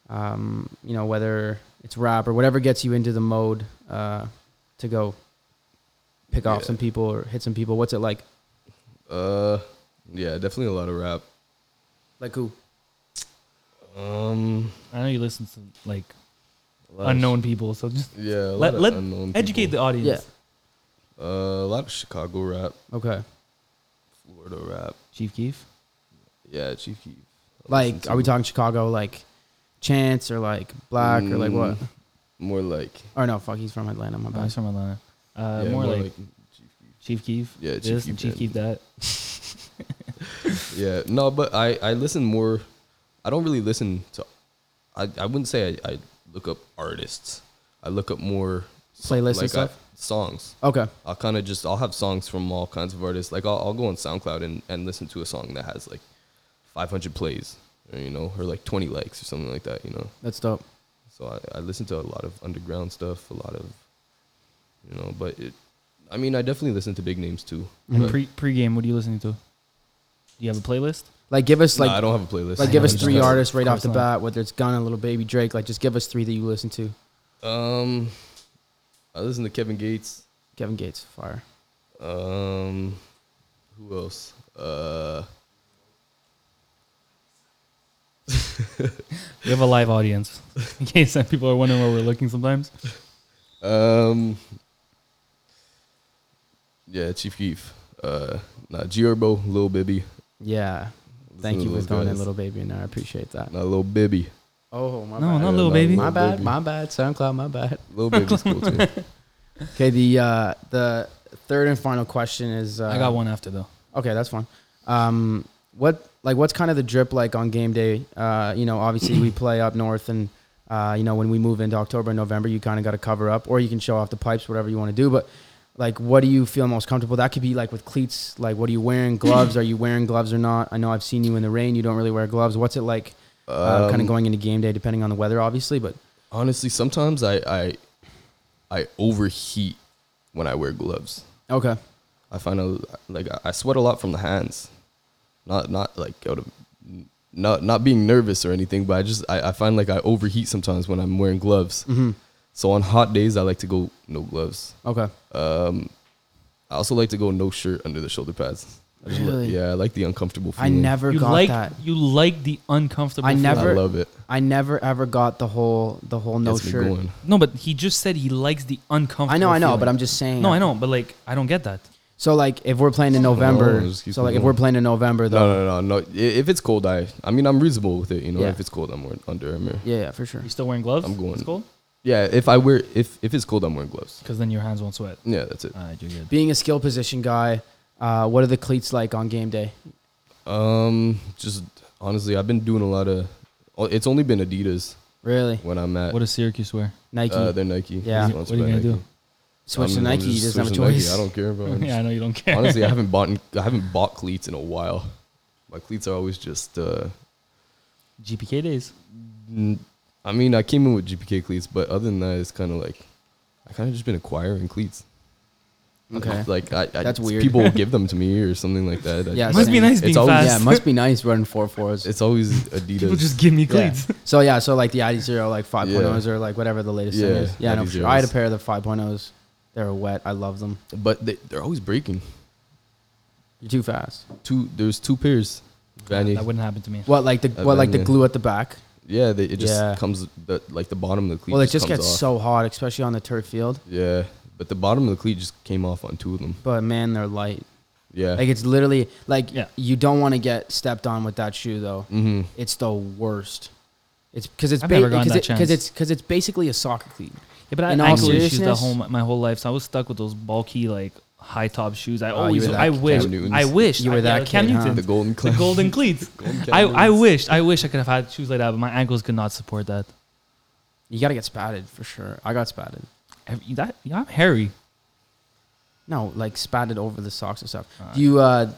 Speaker 1: um, you know, whether it's rap or whatever gets you into the mode uh, to go pick off
Speaker 2: Yeah.
Speaker 1: some people or hit some people. What's it like?
Speaker 2: Uh, yeah, definitely a lot of rap.
Speaker 1: Like who?
Speaker 2: Um,
Speaker 3: I know you listen to like
Speaker 2: a lot of-
Speaker 3: unknown people, so just
Speaker 2: yeah, a
Speaker 3: let
Speaker 2: lot
Speaker 3: let
Speaker 2: of unknown
Speaker 3: educate the
Speaker 2: people.
Speaker 3: audience.
Speaker 1: Yeah.
Speaker 2: uh, a lot of Chicago rap,
Speaker 1: Okay.
Speaker 2: Florida rap.
Speaker 3: Chief Keef.
Speaker 2: Yeah, Chief Keef. I
Speaker 1: Like,
Speaker 2: listen
Speaker 1: are we
Speaker 2: to
Speaker 1: talking Chicago? Like Chance or like Black or like what?
Speaker 2: Mm, More like
Speaker 1: Or no, fuck, he's from Atlanta. My
Speaker 3: Oh,
Speaker 1: bad.
Speaker 3: he's from Atlanta. Uh,
Speaker 2: yeah,
Speaker 3: more, like,
Speaker 2: Chief Keef.
Speaker 3: Chief Keef.
Speaker 2: Yeah, Chief
Speaker 3: this
Speaker 2: Keef
Speaker 3: and Chief
Speaker 2: that.
Speaker 3: Keef that.
Speaker 2: Yeah, no, but I I listen more. I don't really listen to. I I wouldn't say I, I look up artists. I look up more so-
Speaker 1: Playlists and
Speaker 2: I-
Speaker 1: stuff?
Speaker 2: songs.
Speaker 1: Okay.
Speaker 2: I'll kind of just I'll have songs from all kinds of artists. Like I'll, I'll go on SoundCloud and, and listen to a song that has like 500 plays, or, you know, or like 20 likes or something like that. You know,
Speaker 1: That's dope.
Speaker 2: so I, I listen to a lot of underground stuff, a lot of, you know, but it. I mean, I definitely listen to big names too.
Speaker 3: And
Speaker 2: but-
Speaker 3: pre pregame, what are you listening to? Do you have a playlist?
Speaker 1: Like, give us
Speaker 2: Nah,
Speaker 1: like
Speaker 2: I don't have a playlist.
Speaker 1: Like, give us
Speaker 3: Yeah,
Speaker 1: three
Speaker 3: just-
Speaker 1: artists right
Speaker 3: of
Speaker 1: off the
Speaker 3: course not.
Speaker 1: bat, whether it's Gunna, Little Baby, Drake. Like, just give us three that you listen to.
Speaker 2: Um, I listen to Kevin Gates.
Speaker 1: Kevin Gates, fire.
Speaker 2: Um, who else? Uh,
Speaker 3: We have a live audience. In case that people are wondering where we're looking sometimes.
Speaker 2: um, yeah, Chief Keef. Uh, nah, G Herbo, Lil Bibby.
Speaker 1: Yeah.
Speaker 2: Listen
Speaker 1: Thank
Speaker 2: to
Speaker 1: you for
Speaker 2: those
Speaker 1: throwing in
Speaker 2: guys.
Speaker 1: Little Baby in there. I appreciate that.
Speaker 2: Nah, Lil Bibby.
Speaker 1: Oh, my
Speaker 3: No,
Speaker 1: bad.
Speaker 3: not
Speaker 2: Yeah,
Speaker 3: Lil
Speaker 2: nah,
Speaker 3: Baby.
Speaker 1: my bad.
Speaker 2: Bibby.
Speaker 1: My bad. SoundCloud, my bad.
Speaker 2: Lil Bibby's cool too.
Speaker 1: Okay, the uh, the third and final question is uh,
Speaker 3: I got one after though.
Speaker 1: Okay, that's fine. Um, what like what's kind of the drip like on game day? Uh, you know, obviously we play up north, and uh, you know when we move into October and November, you kind of got to cover up, or you can show off the pipes, whatever you want to do. But like, what do you feel most comfortable? That could be like with cleats. Like, what are you wearing? Gloves? are you wearing gloves or not? I know I've seen you in the rain. You don't really wear gloves. What's it like? Uh, kind
Speaker 2: Um,
Speaker 1: of going into game day, depending on the weather, obviously. But
Speaker 2: Honestly, sometimes I, I I overheat when I wear gloves.
Speaker 1: okay,
Speaker 2: I find a, like I- I sweat a lot from the hands, not not like out of not not being nervous or anything, but I just I, I find like I overheat sometimes when I'm wearing gloves.
Speaker 1: Mm-hmm.
Speaker 2: So on hot days, I like to go no gloves.
Speaker 1: okay,
Speaker 2: Um, I also like to go no shirt under the shoulder pads. I just like-
Speaker 1: Really?
Speaker 2: yeah, I like the uncomfortable
Speaker 1: I
Speaker 2: feeling.
Speaker 1: never
Speaker 3: You
Speaker 1: got
Speaker 3: like
Speaker 1: that.
Speaker 3: you like the uncomfortable.
Speaker 1: I
Speaker 3: feeling.
Speaker 2: I
Speaker 1: never-
Speaker 2: love it.
Speaker 1: I never ever got the whole the whole no
Speaker 2: Gets me
Speaker 1: shirt.
Speaker 2: going.
Speaker 3: No, but he just said he likes the uncomfortable.
Speaker 1: I know, I know,
Speaker 3: feeling.
Speaker 1: but I'm just saying.
Speaker 3: No,
Speaker 1: I-
Speaker 3: I know, but like I don't get that.
Speaker 1: So like if we're playing in November,
Speaker 2: No, just keep
Speaker 1: so like
Speaker 2: it
Speaker 1: if we're
Speaker 2: going.
Speaker 1: playing in November
Speaker 2: No,
Speaker 1: though,
Speaker 2: no, no, no. I- If it's cold, I I mean I'm reasonable with it. You know,
Speaker 1: Yeah.
Speaker 2: if it's cold, I'm wearing under armor.
Speaker 1: yeah, yeah, for sure.
Speaker 3: You still wearing gloves?
Speaker 2: I'm going-
Speaker 3: It's cold.
Speaker 2: Yeah, if I wear if if it's cold, I'm wearing gloves.
Speaker 3: Because then your hands won't sweat.
Speaker 2: Yeah, that's it.
Speaker 3: All right, you're good.
Speaker 1: Being a skill position guy, uh, what are the cleats like on game day?
Speaker 2: Um, just honestly, I've been doing a lot of. oh, It's only been Adidas
Speaker 1: Really?
Speaker 2: when I'm at.
Speaker 3: What does Syracuse wear?
Speaker 1: Nike.
Speaker 2: Uh, they're Nike.
Speaker 1: Yeah.
Speaker 2: Sponsored
Speaker 3: What are you
Speaker 2: by
Speaker 3: gonna
Speaker 2: Nike.
Speaker 3: do?
Speaker 1: Switch
Speaker 2: I'm-
Speaker 1: to
Speaker 2: I'm
Speaker 1: Nike. You
Speaker 2: just
Speaker 1: just have a
Speaker 2: switching to Nike.
Speaker 1: choice.
Speaker 2: I don't care, bro. I'm
Speaker 3: yeah, I know you don't care.
Speaker 2: just- honestly, I haven't bought I haven't bought cleats in a while. My cleats are always just. Uh,
Speaker 3: GPK days.
Speaker 2: n- I mean, I came in with GPK cleats, but other than that, it's kind of like I kind of just been acquiring cleats.
Speaker 1: Okay.
Speaker 2: Like I, I
Speaker 1: That's weird.
Speaker 2: People will give them to me or something like that. I-
Speaker 1: Yeah,
Speaker 3: Must be
Speaker 1: same.
Speaker 3: nice
Speaker 2: It's
Speaker 3: being
Speaker 2: always-
Speaker 3: fast.
Speaker 1: Yeah, it must be nice running four fours.
Speaker 2: It's always Adidas.
Speaker 3: People just give me
Speaker 1: Yeah.
Speaker 3: cleats.
Speaker 1: So yeah, so like the ID zero like 5.0s or like whatever the latest
Speaker 2: Yeah,
Speaker 1: thing is. Yeah, no, for sure. I had a
Speaker 2: ID0s.
Speaker 1: pair of the 5.0s. They were wet. I love them.
Speaker 2: but they, they're always breaking.
Speaker 1: You're too fast.
Speaker 2: Two there's two pairs. Vanier.
Speaker 3: That wouldn't happen to me.
Speaker 1: What like the
Speaker 2: Uh,
Speaker 1: what like the
Speaker 2: Vanier.
Speaker 1: glue at the back?
Speaker 2: yeah, they, it just
Speaker 1: Yeah.
Speaker 2: comes the, like the bottom of the cleat.
Speaker 1: Well, it just
Speaker 2: comes
Speaker 1: gets
Speaker 2: off.
Speaker 1: so hot, especially on the turf field.
Speaker 2: Yeah, but the bottom of the cleat just came off on two of them.
Speaker 1: But man, they're light.
Speaker 2: Yeah.
Speaker 1: Like it's literally like
Speaker 3: Yeah.
Speaker 1: you don't want to get stepped on with that shoe though.
Speaker 2: mm-hmm.
Speaker 1: It's the worst. It's because it's
Speaker 3: I've never gotten
Speaker 1: because
Speaker 3: that
Speaker 1: it, 'cause
Speaker 3: chance.
Speaker 1: it's because it's basically a soccer cleat.
Speaker 3: Yeah, but I
Speaker 1: In
Speaker 3: had
Speaker 1: all
Speaker 3: ankle issues the
Speaker 1: seriousness-
Speaker 3: whole my whole life, so I was stuck with those bulky like high top shoes. I
Speaker 1: Oh, you
Speaker 3: always
Speaker 1: were that
Speaker 3: I
Speaker 1: Cam
Speaker 3: wish
Speaker 2: Newtons.
Speaker 3: I wish
Speaker 1: You were
Speaker 3: I,
Speaker 1: that
Speaker 3: yeah, Cam
Speaker 1: kid, huh?
Speaker 3: Newton
Speaker 2: The golden
Speaker 3: the
Speaker 2: cleat.
Speaker 3: golden cleats.
Speaker 2: golden
Speaker 3: I,
Speaker 2: Cam
Speaker 3: I
Speaker 2: Newtons.
Speaker 3: wish I wish I could have had shoes like that, but my ankles could not support that.
Speaker 1: You got to get spatted for sure. I got spatted.
Speaker 3: Have you- that yeah, I'm hairy.
Speaker 1: No, like spatted over the socks and stuff.
Speaker 3: Uh,
Speaker 1: do you uh,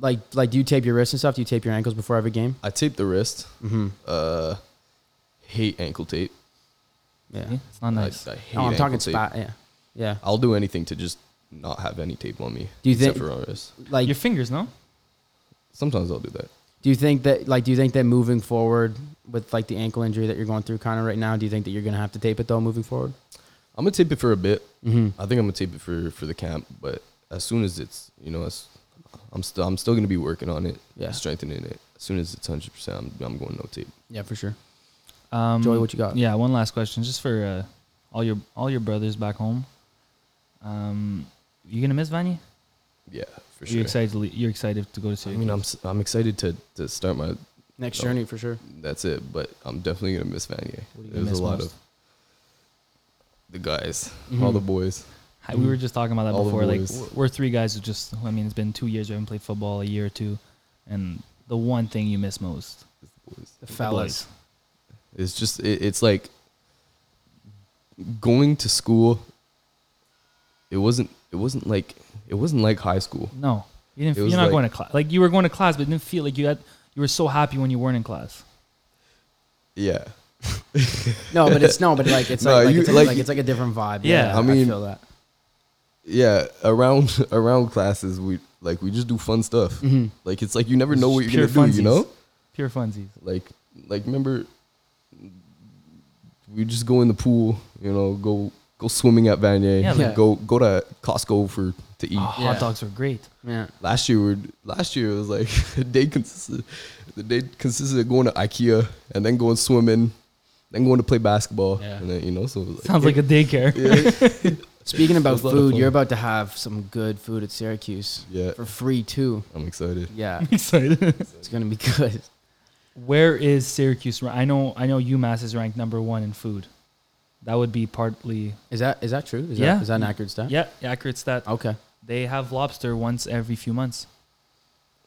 Speaker 1: like like do you tape your wrists and stuff? Do you tape your ankles before every game?
Speaker 2: I taped the wrist.
Speaker 1: Mm-hmm.
Speaker 2: Uh, hate ankle tape.
Speaker 1: Yeah.
Speaker 3: Yeah, It's not
Speaker 2: I-
Speaker 3: nice.
Speaker 2: I, hate
Speaker 1: Oh, I'm
Speaker 2: ankle
Speaker 1: talking
Speaker 2: tape.
Speaker 1: spot. Yeah. Yeah.
Speaker 2: I'll do anything to just not have any tape on me.
Speaker 1: Do you
Speaker 2: except
Speaker 1: think-
Speaker 2: for on wrist?
Speaker 1: Like,
Speaker 3: Your fingers, no?
Speaker 2: Sometimes I'll do that.
Speaker 1: do you think that like do you think that moving forward with like the ankle injury that you're going through kind of right now, do you think that you're gonna have to tape it though moving forward?
Speaker 2: I'm gonna tape it for a bit.
Speaker 1: Mm-hmm.
Speaker 2: I think I'm gonna tape it for for the camp, but as soon as it's you know, as, I'm still I'm still gonna be working on it,
Speaker 1: Yeah.
Speaker 2: strengthening it. As soon as it's hundred percent, I'm I'm going no tape.
Speaker 1: Yeah, for sure.
Speaker 3: Um,
Speaker 1: Joey, what you got?
Speaker 3: Yeah, one last question, just for uh, all your all your brothers back home. Um, you gonna miss Vanya?
Speaker 2: Yeah, for
Speaker 3: You're
Speaker 2: sure.
Speaker 3: excited. To, le- you're excited to go to
Speaker 2: I
Speaker 3: Syracuse.
Speaker 1: uh,
Speaker 2: mean, I'm s- I'm excited to to start my.
Speaker 1: Next
Speaker 2: No.
Speaker 1: journey for sure.
Speaker 2: That's it, but I'm definitely gonna miss Vanier.
Speaker 3: What are you gonna
Speaker 2: There's
Speaker 3: miss
Speaker 2: a lot
Speaker 3: most? Mm-hmm.
Speaker 2: of the guys, all the
Speaker 1: Mhm.
Speaker 2: boys.
Speaker 3: Hi- We were just talking about that
Speaker 2: All the
Speaker 3: before. Like
Speaker 2: boys.
Speaker 3: w- we're three guys who just. I mean, it's been two years. We haven't played football a year or two, and the one thing you miss most,
Speaker 2: It's the boys.
Speaker 1: The
Speaker 3: the
Speaker 1: fellas.
Speaker 3: boys.
Speaker 2: It's just it, it's like going to school. It wasn't it wasn't like it wasn't like high school.
Speaker 3: No, you didn't.
Speaker 2: It
Speaker 3: f-
Speaker 2: was
Speaker 3: You're not
Speaker 2: like-
Speaker 3: going to class. Like you were going to class, but it didn't feel like you had. You were so happy when you weren't in class.
Speaker 2: Yeah.
Speaker 1: No, but it's no, but like it's
Speaker 2: No,
Speaker 1: like, like,
Speaker 2: you-
Speaker 1: it's, like,
Speaker 2: like-
Speaker 1: it's like a different vibe.
Speaker 3: Yeah.
Speaker 2: I mean-
Speaker 1: feel that.
Speaker 2: yeah around around classes we like we just do fun stuff like it's like you never know what
Speaker 3: Mm-hmm. It's
Speaker 2: you're
Speaker 3: pure
Speaker 2: gonna do you
Speaker 3: funsies.
Speaker 2: know
Speaker 3: Pure funsies.
Speaker 2: like like remember we just go in the pool you know go go swimming at vanier
Speaker 3: Yeah,
Speaker 1: like-
Speaker 2: go go to costco for to eat
Speaker 3: Oh,
Speaker 1: Yeah.
Speaker 3: Hot dogs were great.
Speaker 1: Yeah.
Speaker 2: last year we were, last year it was like the day consisted the day consisted of going to ikea and then going swimming then going to play basketball
Speaker 1: Yeah.
Speaker 2: and then you know so it was like,
Speaker 3: Sounds like a daycare.
Speaker 2: yeah,
Speaker 1: Speaking about
Speaker 2: That's a lot of
Speaker 1: food,
Speaker 2: fun.
Speaker 1: you're about to have some good food at Syracuse
Speaker 2: yeah
Speaker 1: for free too.
Speaker 2: i'm excited
Speaker 1: Yeah,
Speaker 3: Excited.
Speaker 1: it's gonna be good.
Speaker 3: Where is Syracuse? ra- I know. I know UMass is ranked number one in food. That would be partly.
Speaker 1: Is that is that true? Is
Speaker 3: Yeah.
Speaker 1: that, is that an accurate stat?
Speaker 3: Yeah, accurate stat.
Speaker 1: Okay.
Speaker 3: They have lobster once every few months.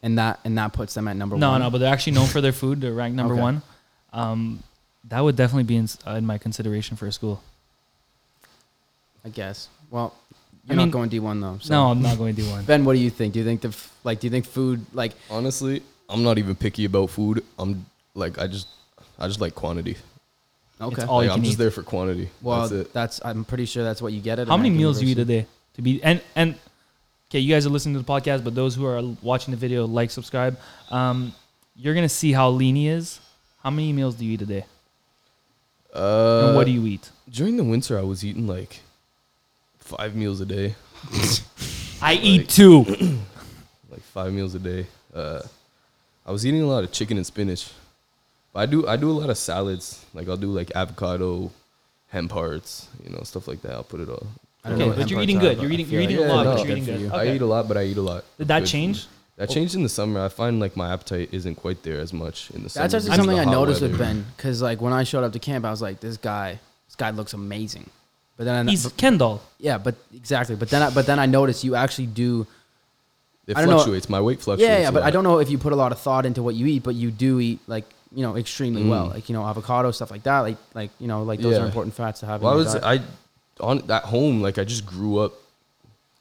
Speaker 1: And that and that puts them at number
Speaker 3: No,
Speaker 1: one.
Speaker 3: no, but they're actually known for their food. They're ranked number
Speaker 1: Okay.
Speaker 3: one. Um, that would definitely be in, s- uh, in my consideration for a school.
Speaker 1: I guess. Well,
Speaker 3: I
Speaker 1: you're not
Speaker 3: mean-
Speaker 1: going D one though. So.
Speaker 3: No, I'm not going to do one.
Speaker 1: Ben, what do you think? Do you think the f- like? Do you think food like?
Speaker 2: Honestly, I'm not even picky about food. I'm like I just I just like quantity.
Speaker 1: Okay.
Speaker 3: It's all
Speaker 2: Like,
Speaker 3: you
Speaker 2: I'm
Speaker 3: can
Speaker 2: just
Speaker 3: eat.
Speaker 2: there for quantity.
Speaker 1: well,
Speaker 2: That's it.
Speaker 1: that's. I'm pretty sure that's what you get at.
Speaker 3: How many
Speaker 1: American
Speaker 3: meals do you eat a
Speaker 1: University.
Speaker 3: day to be? And and okay, you guys are listening to the podcast, but those who are watching the video, like, subscribe. Um, you're gonna see how lean he is. How many meals do you eat a day?
Speaker 2: Uh,
Speaker 3: And what
Speaker 1: Uh,
Speaker 3: do you eat?
Speaker 2: During the winter, I was eating like five meals a day,
Speaker 3: I eat two.
Speaker 2: like five meals a day. Uh, I was eating a lot of chicken and spinach. But I do I do a lot of salads. Like I'll do like avocado, hemp hearts, you know, stuff like that. I'll put it all.
Speaker 1: I don't
Speaker 3: Okay,
Speaker 1: know what
Speaker 3: but you're
Speaker 1: Emperor's
Speaker 3: eating
Speaker 1: are,
Speaker 3: good.
Speaker 1: but
Speaker 3: You're
Speaker 1: I
Speaker 3: eating-
Speaker 1: feel
Speaker 3: you're
Speaker 1: like
Speaker 3: eating
Speaker 2: a
Speaker 1: it's
Speaker 2: lot,
Speaker 1: not
Speaker 2: but
Speaker 3: you're
Speaker 1: good
Speaker 3: eating
Speaker 1: for
Speaker 3: good.
Speaker 1: you.
Speaker 3: Okay.
Speaker 2: I eat a lot, but I eat a lot.
Speaker 3: Did that
Speaker 2: Good.
Speaker 3: change?
Speaker 2: That changed in the summer. I find like my appetite isn't quite there as much in the summer.
Speaker 1: That's actually
Speaker 2: because of
Speaker 1: something
Speaker 2: the
Speaker 1: I
Speaker 2: hot
Speaker 1: noticed with
Speaker 2: weather.
Speaker 1: Ben because like when I showed up to camp, I was like, this guy, this guy looks amazing. But then I,
Speaker 3: He's Kendall.
Speaker 1: Yeah, but exactly. But then, I, but then I noticed you actually do
Speaker 2: It
Speaker 1: I don't know.
Speaker 2: fluctuates. My weight fluctuates.
Speaker 1: yeah, yeah,
Speaker 2: a
Speaker 1: but I
Speaker 2: lot.
Speaker 1: don't know if you put a lot of thought into what you eat, but you do eat like you know extremely well, like you know avocado stuff like that, like like you know like those
Speaker 2: Mm. Yeah.
Speaker 1: are important fats to have.
Speaker 2: Well, I
Speaker 1: in your
Speaker 2: was
Speaker 1: diet.
Speaker 2: I on at home like I just grew up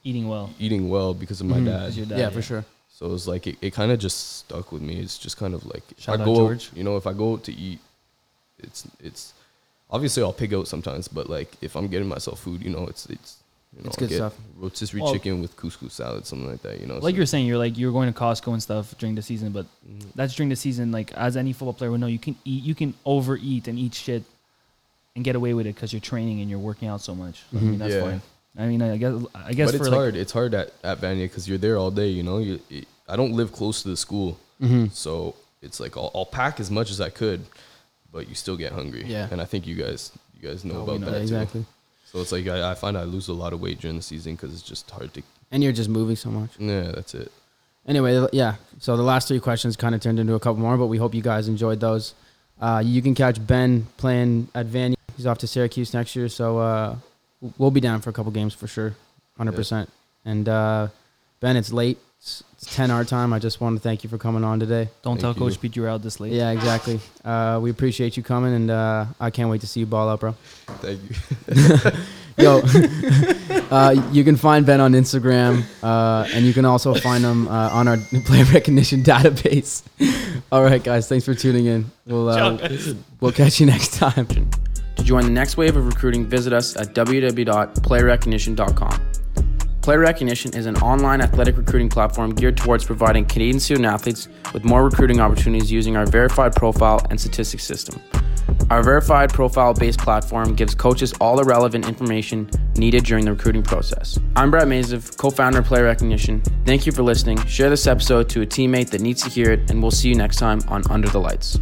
Speaker 3: Eating well.
Speaker 2: eating well because of
Speaker 1: Mm-hmm.
Speaker 2: my dad.
Speaker 3: Is your dad,
Speaker 1: yeah, for sure.
Speaker 2: So it was like it, it kind of just stuck with me. It's just kind of like if
Speaker 3: Shout
Speaker 2: I
Speaker 3: out
Speaker 2: go,
Speaker 3: George.
Speaker 2: you know, if I go out to eat, it's it's obviously I'll pig out sometimes, but like if I'm getting myself food, you know, it's it's you know,
Speaker 1: It's
Speaker 2: I'll
Speaker 1: good
Speaker 2: get
Speaker 1: stuff.
Speaker 2: rotisserie
Speaker 3: Well-
Speaker 2: chicken with couscous salad, something like that, you know.
Speaker 3: Like
Speaker 2: so-
Speaker 3: you're saying, you're like you're going to Costco and stuff during the season, but
Speaker 2: Mhm.
Speaker 3: that's during the season. Like as any football player would know, you can eat, you can overeat and eat shit, and get away with it because you're training and you're working out so much. I mean, that's
Speaker 2: Mm-hmm. Yeah.
Speaker 3: fine. I mean, I guess I guess
Speaker 2: but
Speaker 3: for
Speaker 2: it's
Speaker 3: like,
Speaker 2: hard. It's hard at at Vanya because you're there all day. You know, you, it, I don't live close to the school,
Speaker 3: Mm-hmm.
Speaker 2: so it's like I'll, I'll pack as much as I could, but you still get hungry.
Speaker 1: Yeah.
Speaker 2: and I think you guys you guys know
Speaker 3: Oh, we
Speaker 2: about
Speaker 3: know.
Speaker 2: that
Speaker 1: Yeah,
Speaker 2: too.
Speaker 1: exactly.
Speaker 2: So it's like I, I find I lose a lot of weight during the season because it's just hard to.
Speaker 1: And you're just moving so much.
Speaker 2: Yeah, that's it.
Speaker 1: Anyway, th- yeah. So the last three questions kind of turned into a couple more, but we hope you guys enjoyed those. Uh, you can catch Ben playing at Van. He's off to Syracuse next year, so uh, w- we'll be down for a couple games for sure, hundred percent. And uh, Ben, it's late. It's, it's ten our time. I just want to thank you for coming on today.
Speaker 3: don't
Speaker 2: Thank
Speaker 3: tell
Speaker 2: you.
Speaker 3: Coach Pete you're out this late.
Speaker 1: Yeah, exactly. Uh, we appreciate you coming, and uh, I can't wait to see you ball up, bro.
Speaker 2: Thank you.
Speaker 1: Yo, uh, you can find Ben on Instagram, uh, and you can also find him uh, on our player recognition database. All right, guys, thanks for tuning in. We'll uh, we'll catch you next time.
Speaker 4: To join the next wave of recruiting, visit us at www.playerrecognition.com. Player Recognition is an online athletic recruiting platform geared towards providing Canadian student athletes with more recruiting opportunities using our verified profile and statistics system. Our verified profile based platform gives coaches all the relevant information needed during the recruiting process. I'm Brad Maziv, co founder of Player Recognition. Thank you for listening. Share this episode to a teammate that needs to hear it, and we'll see you next time on Under the Lights.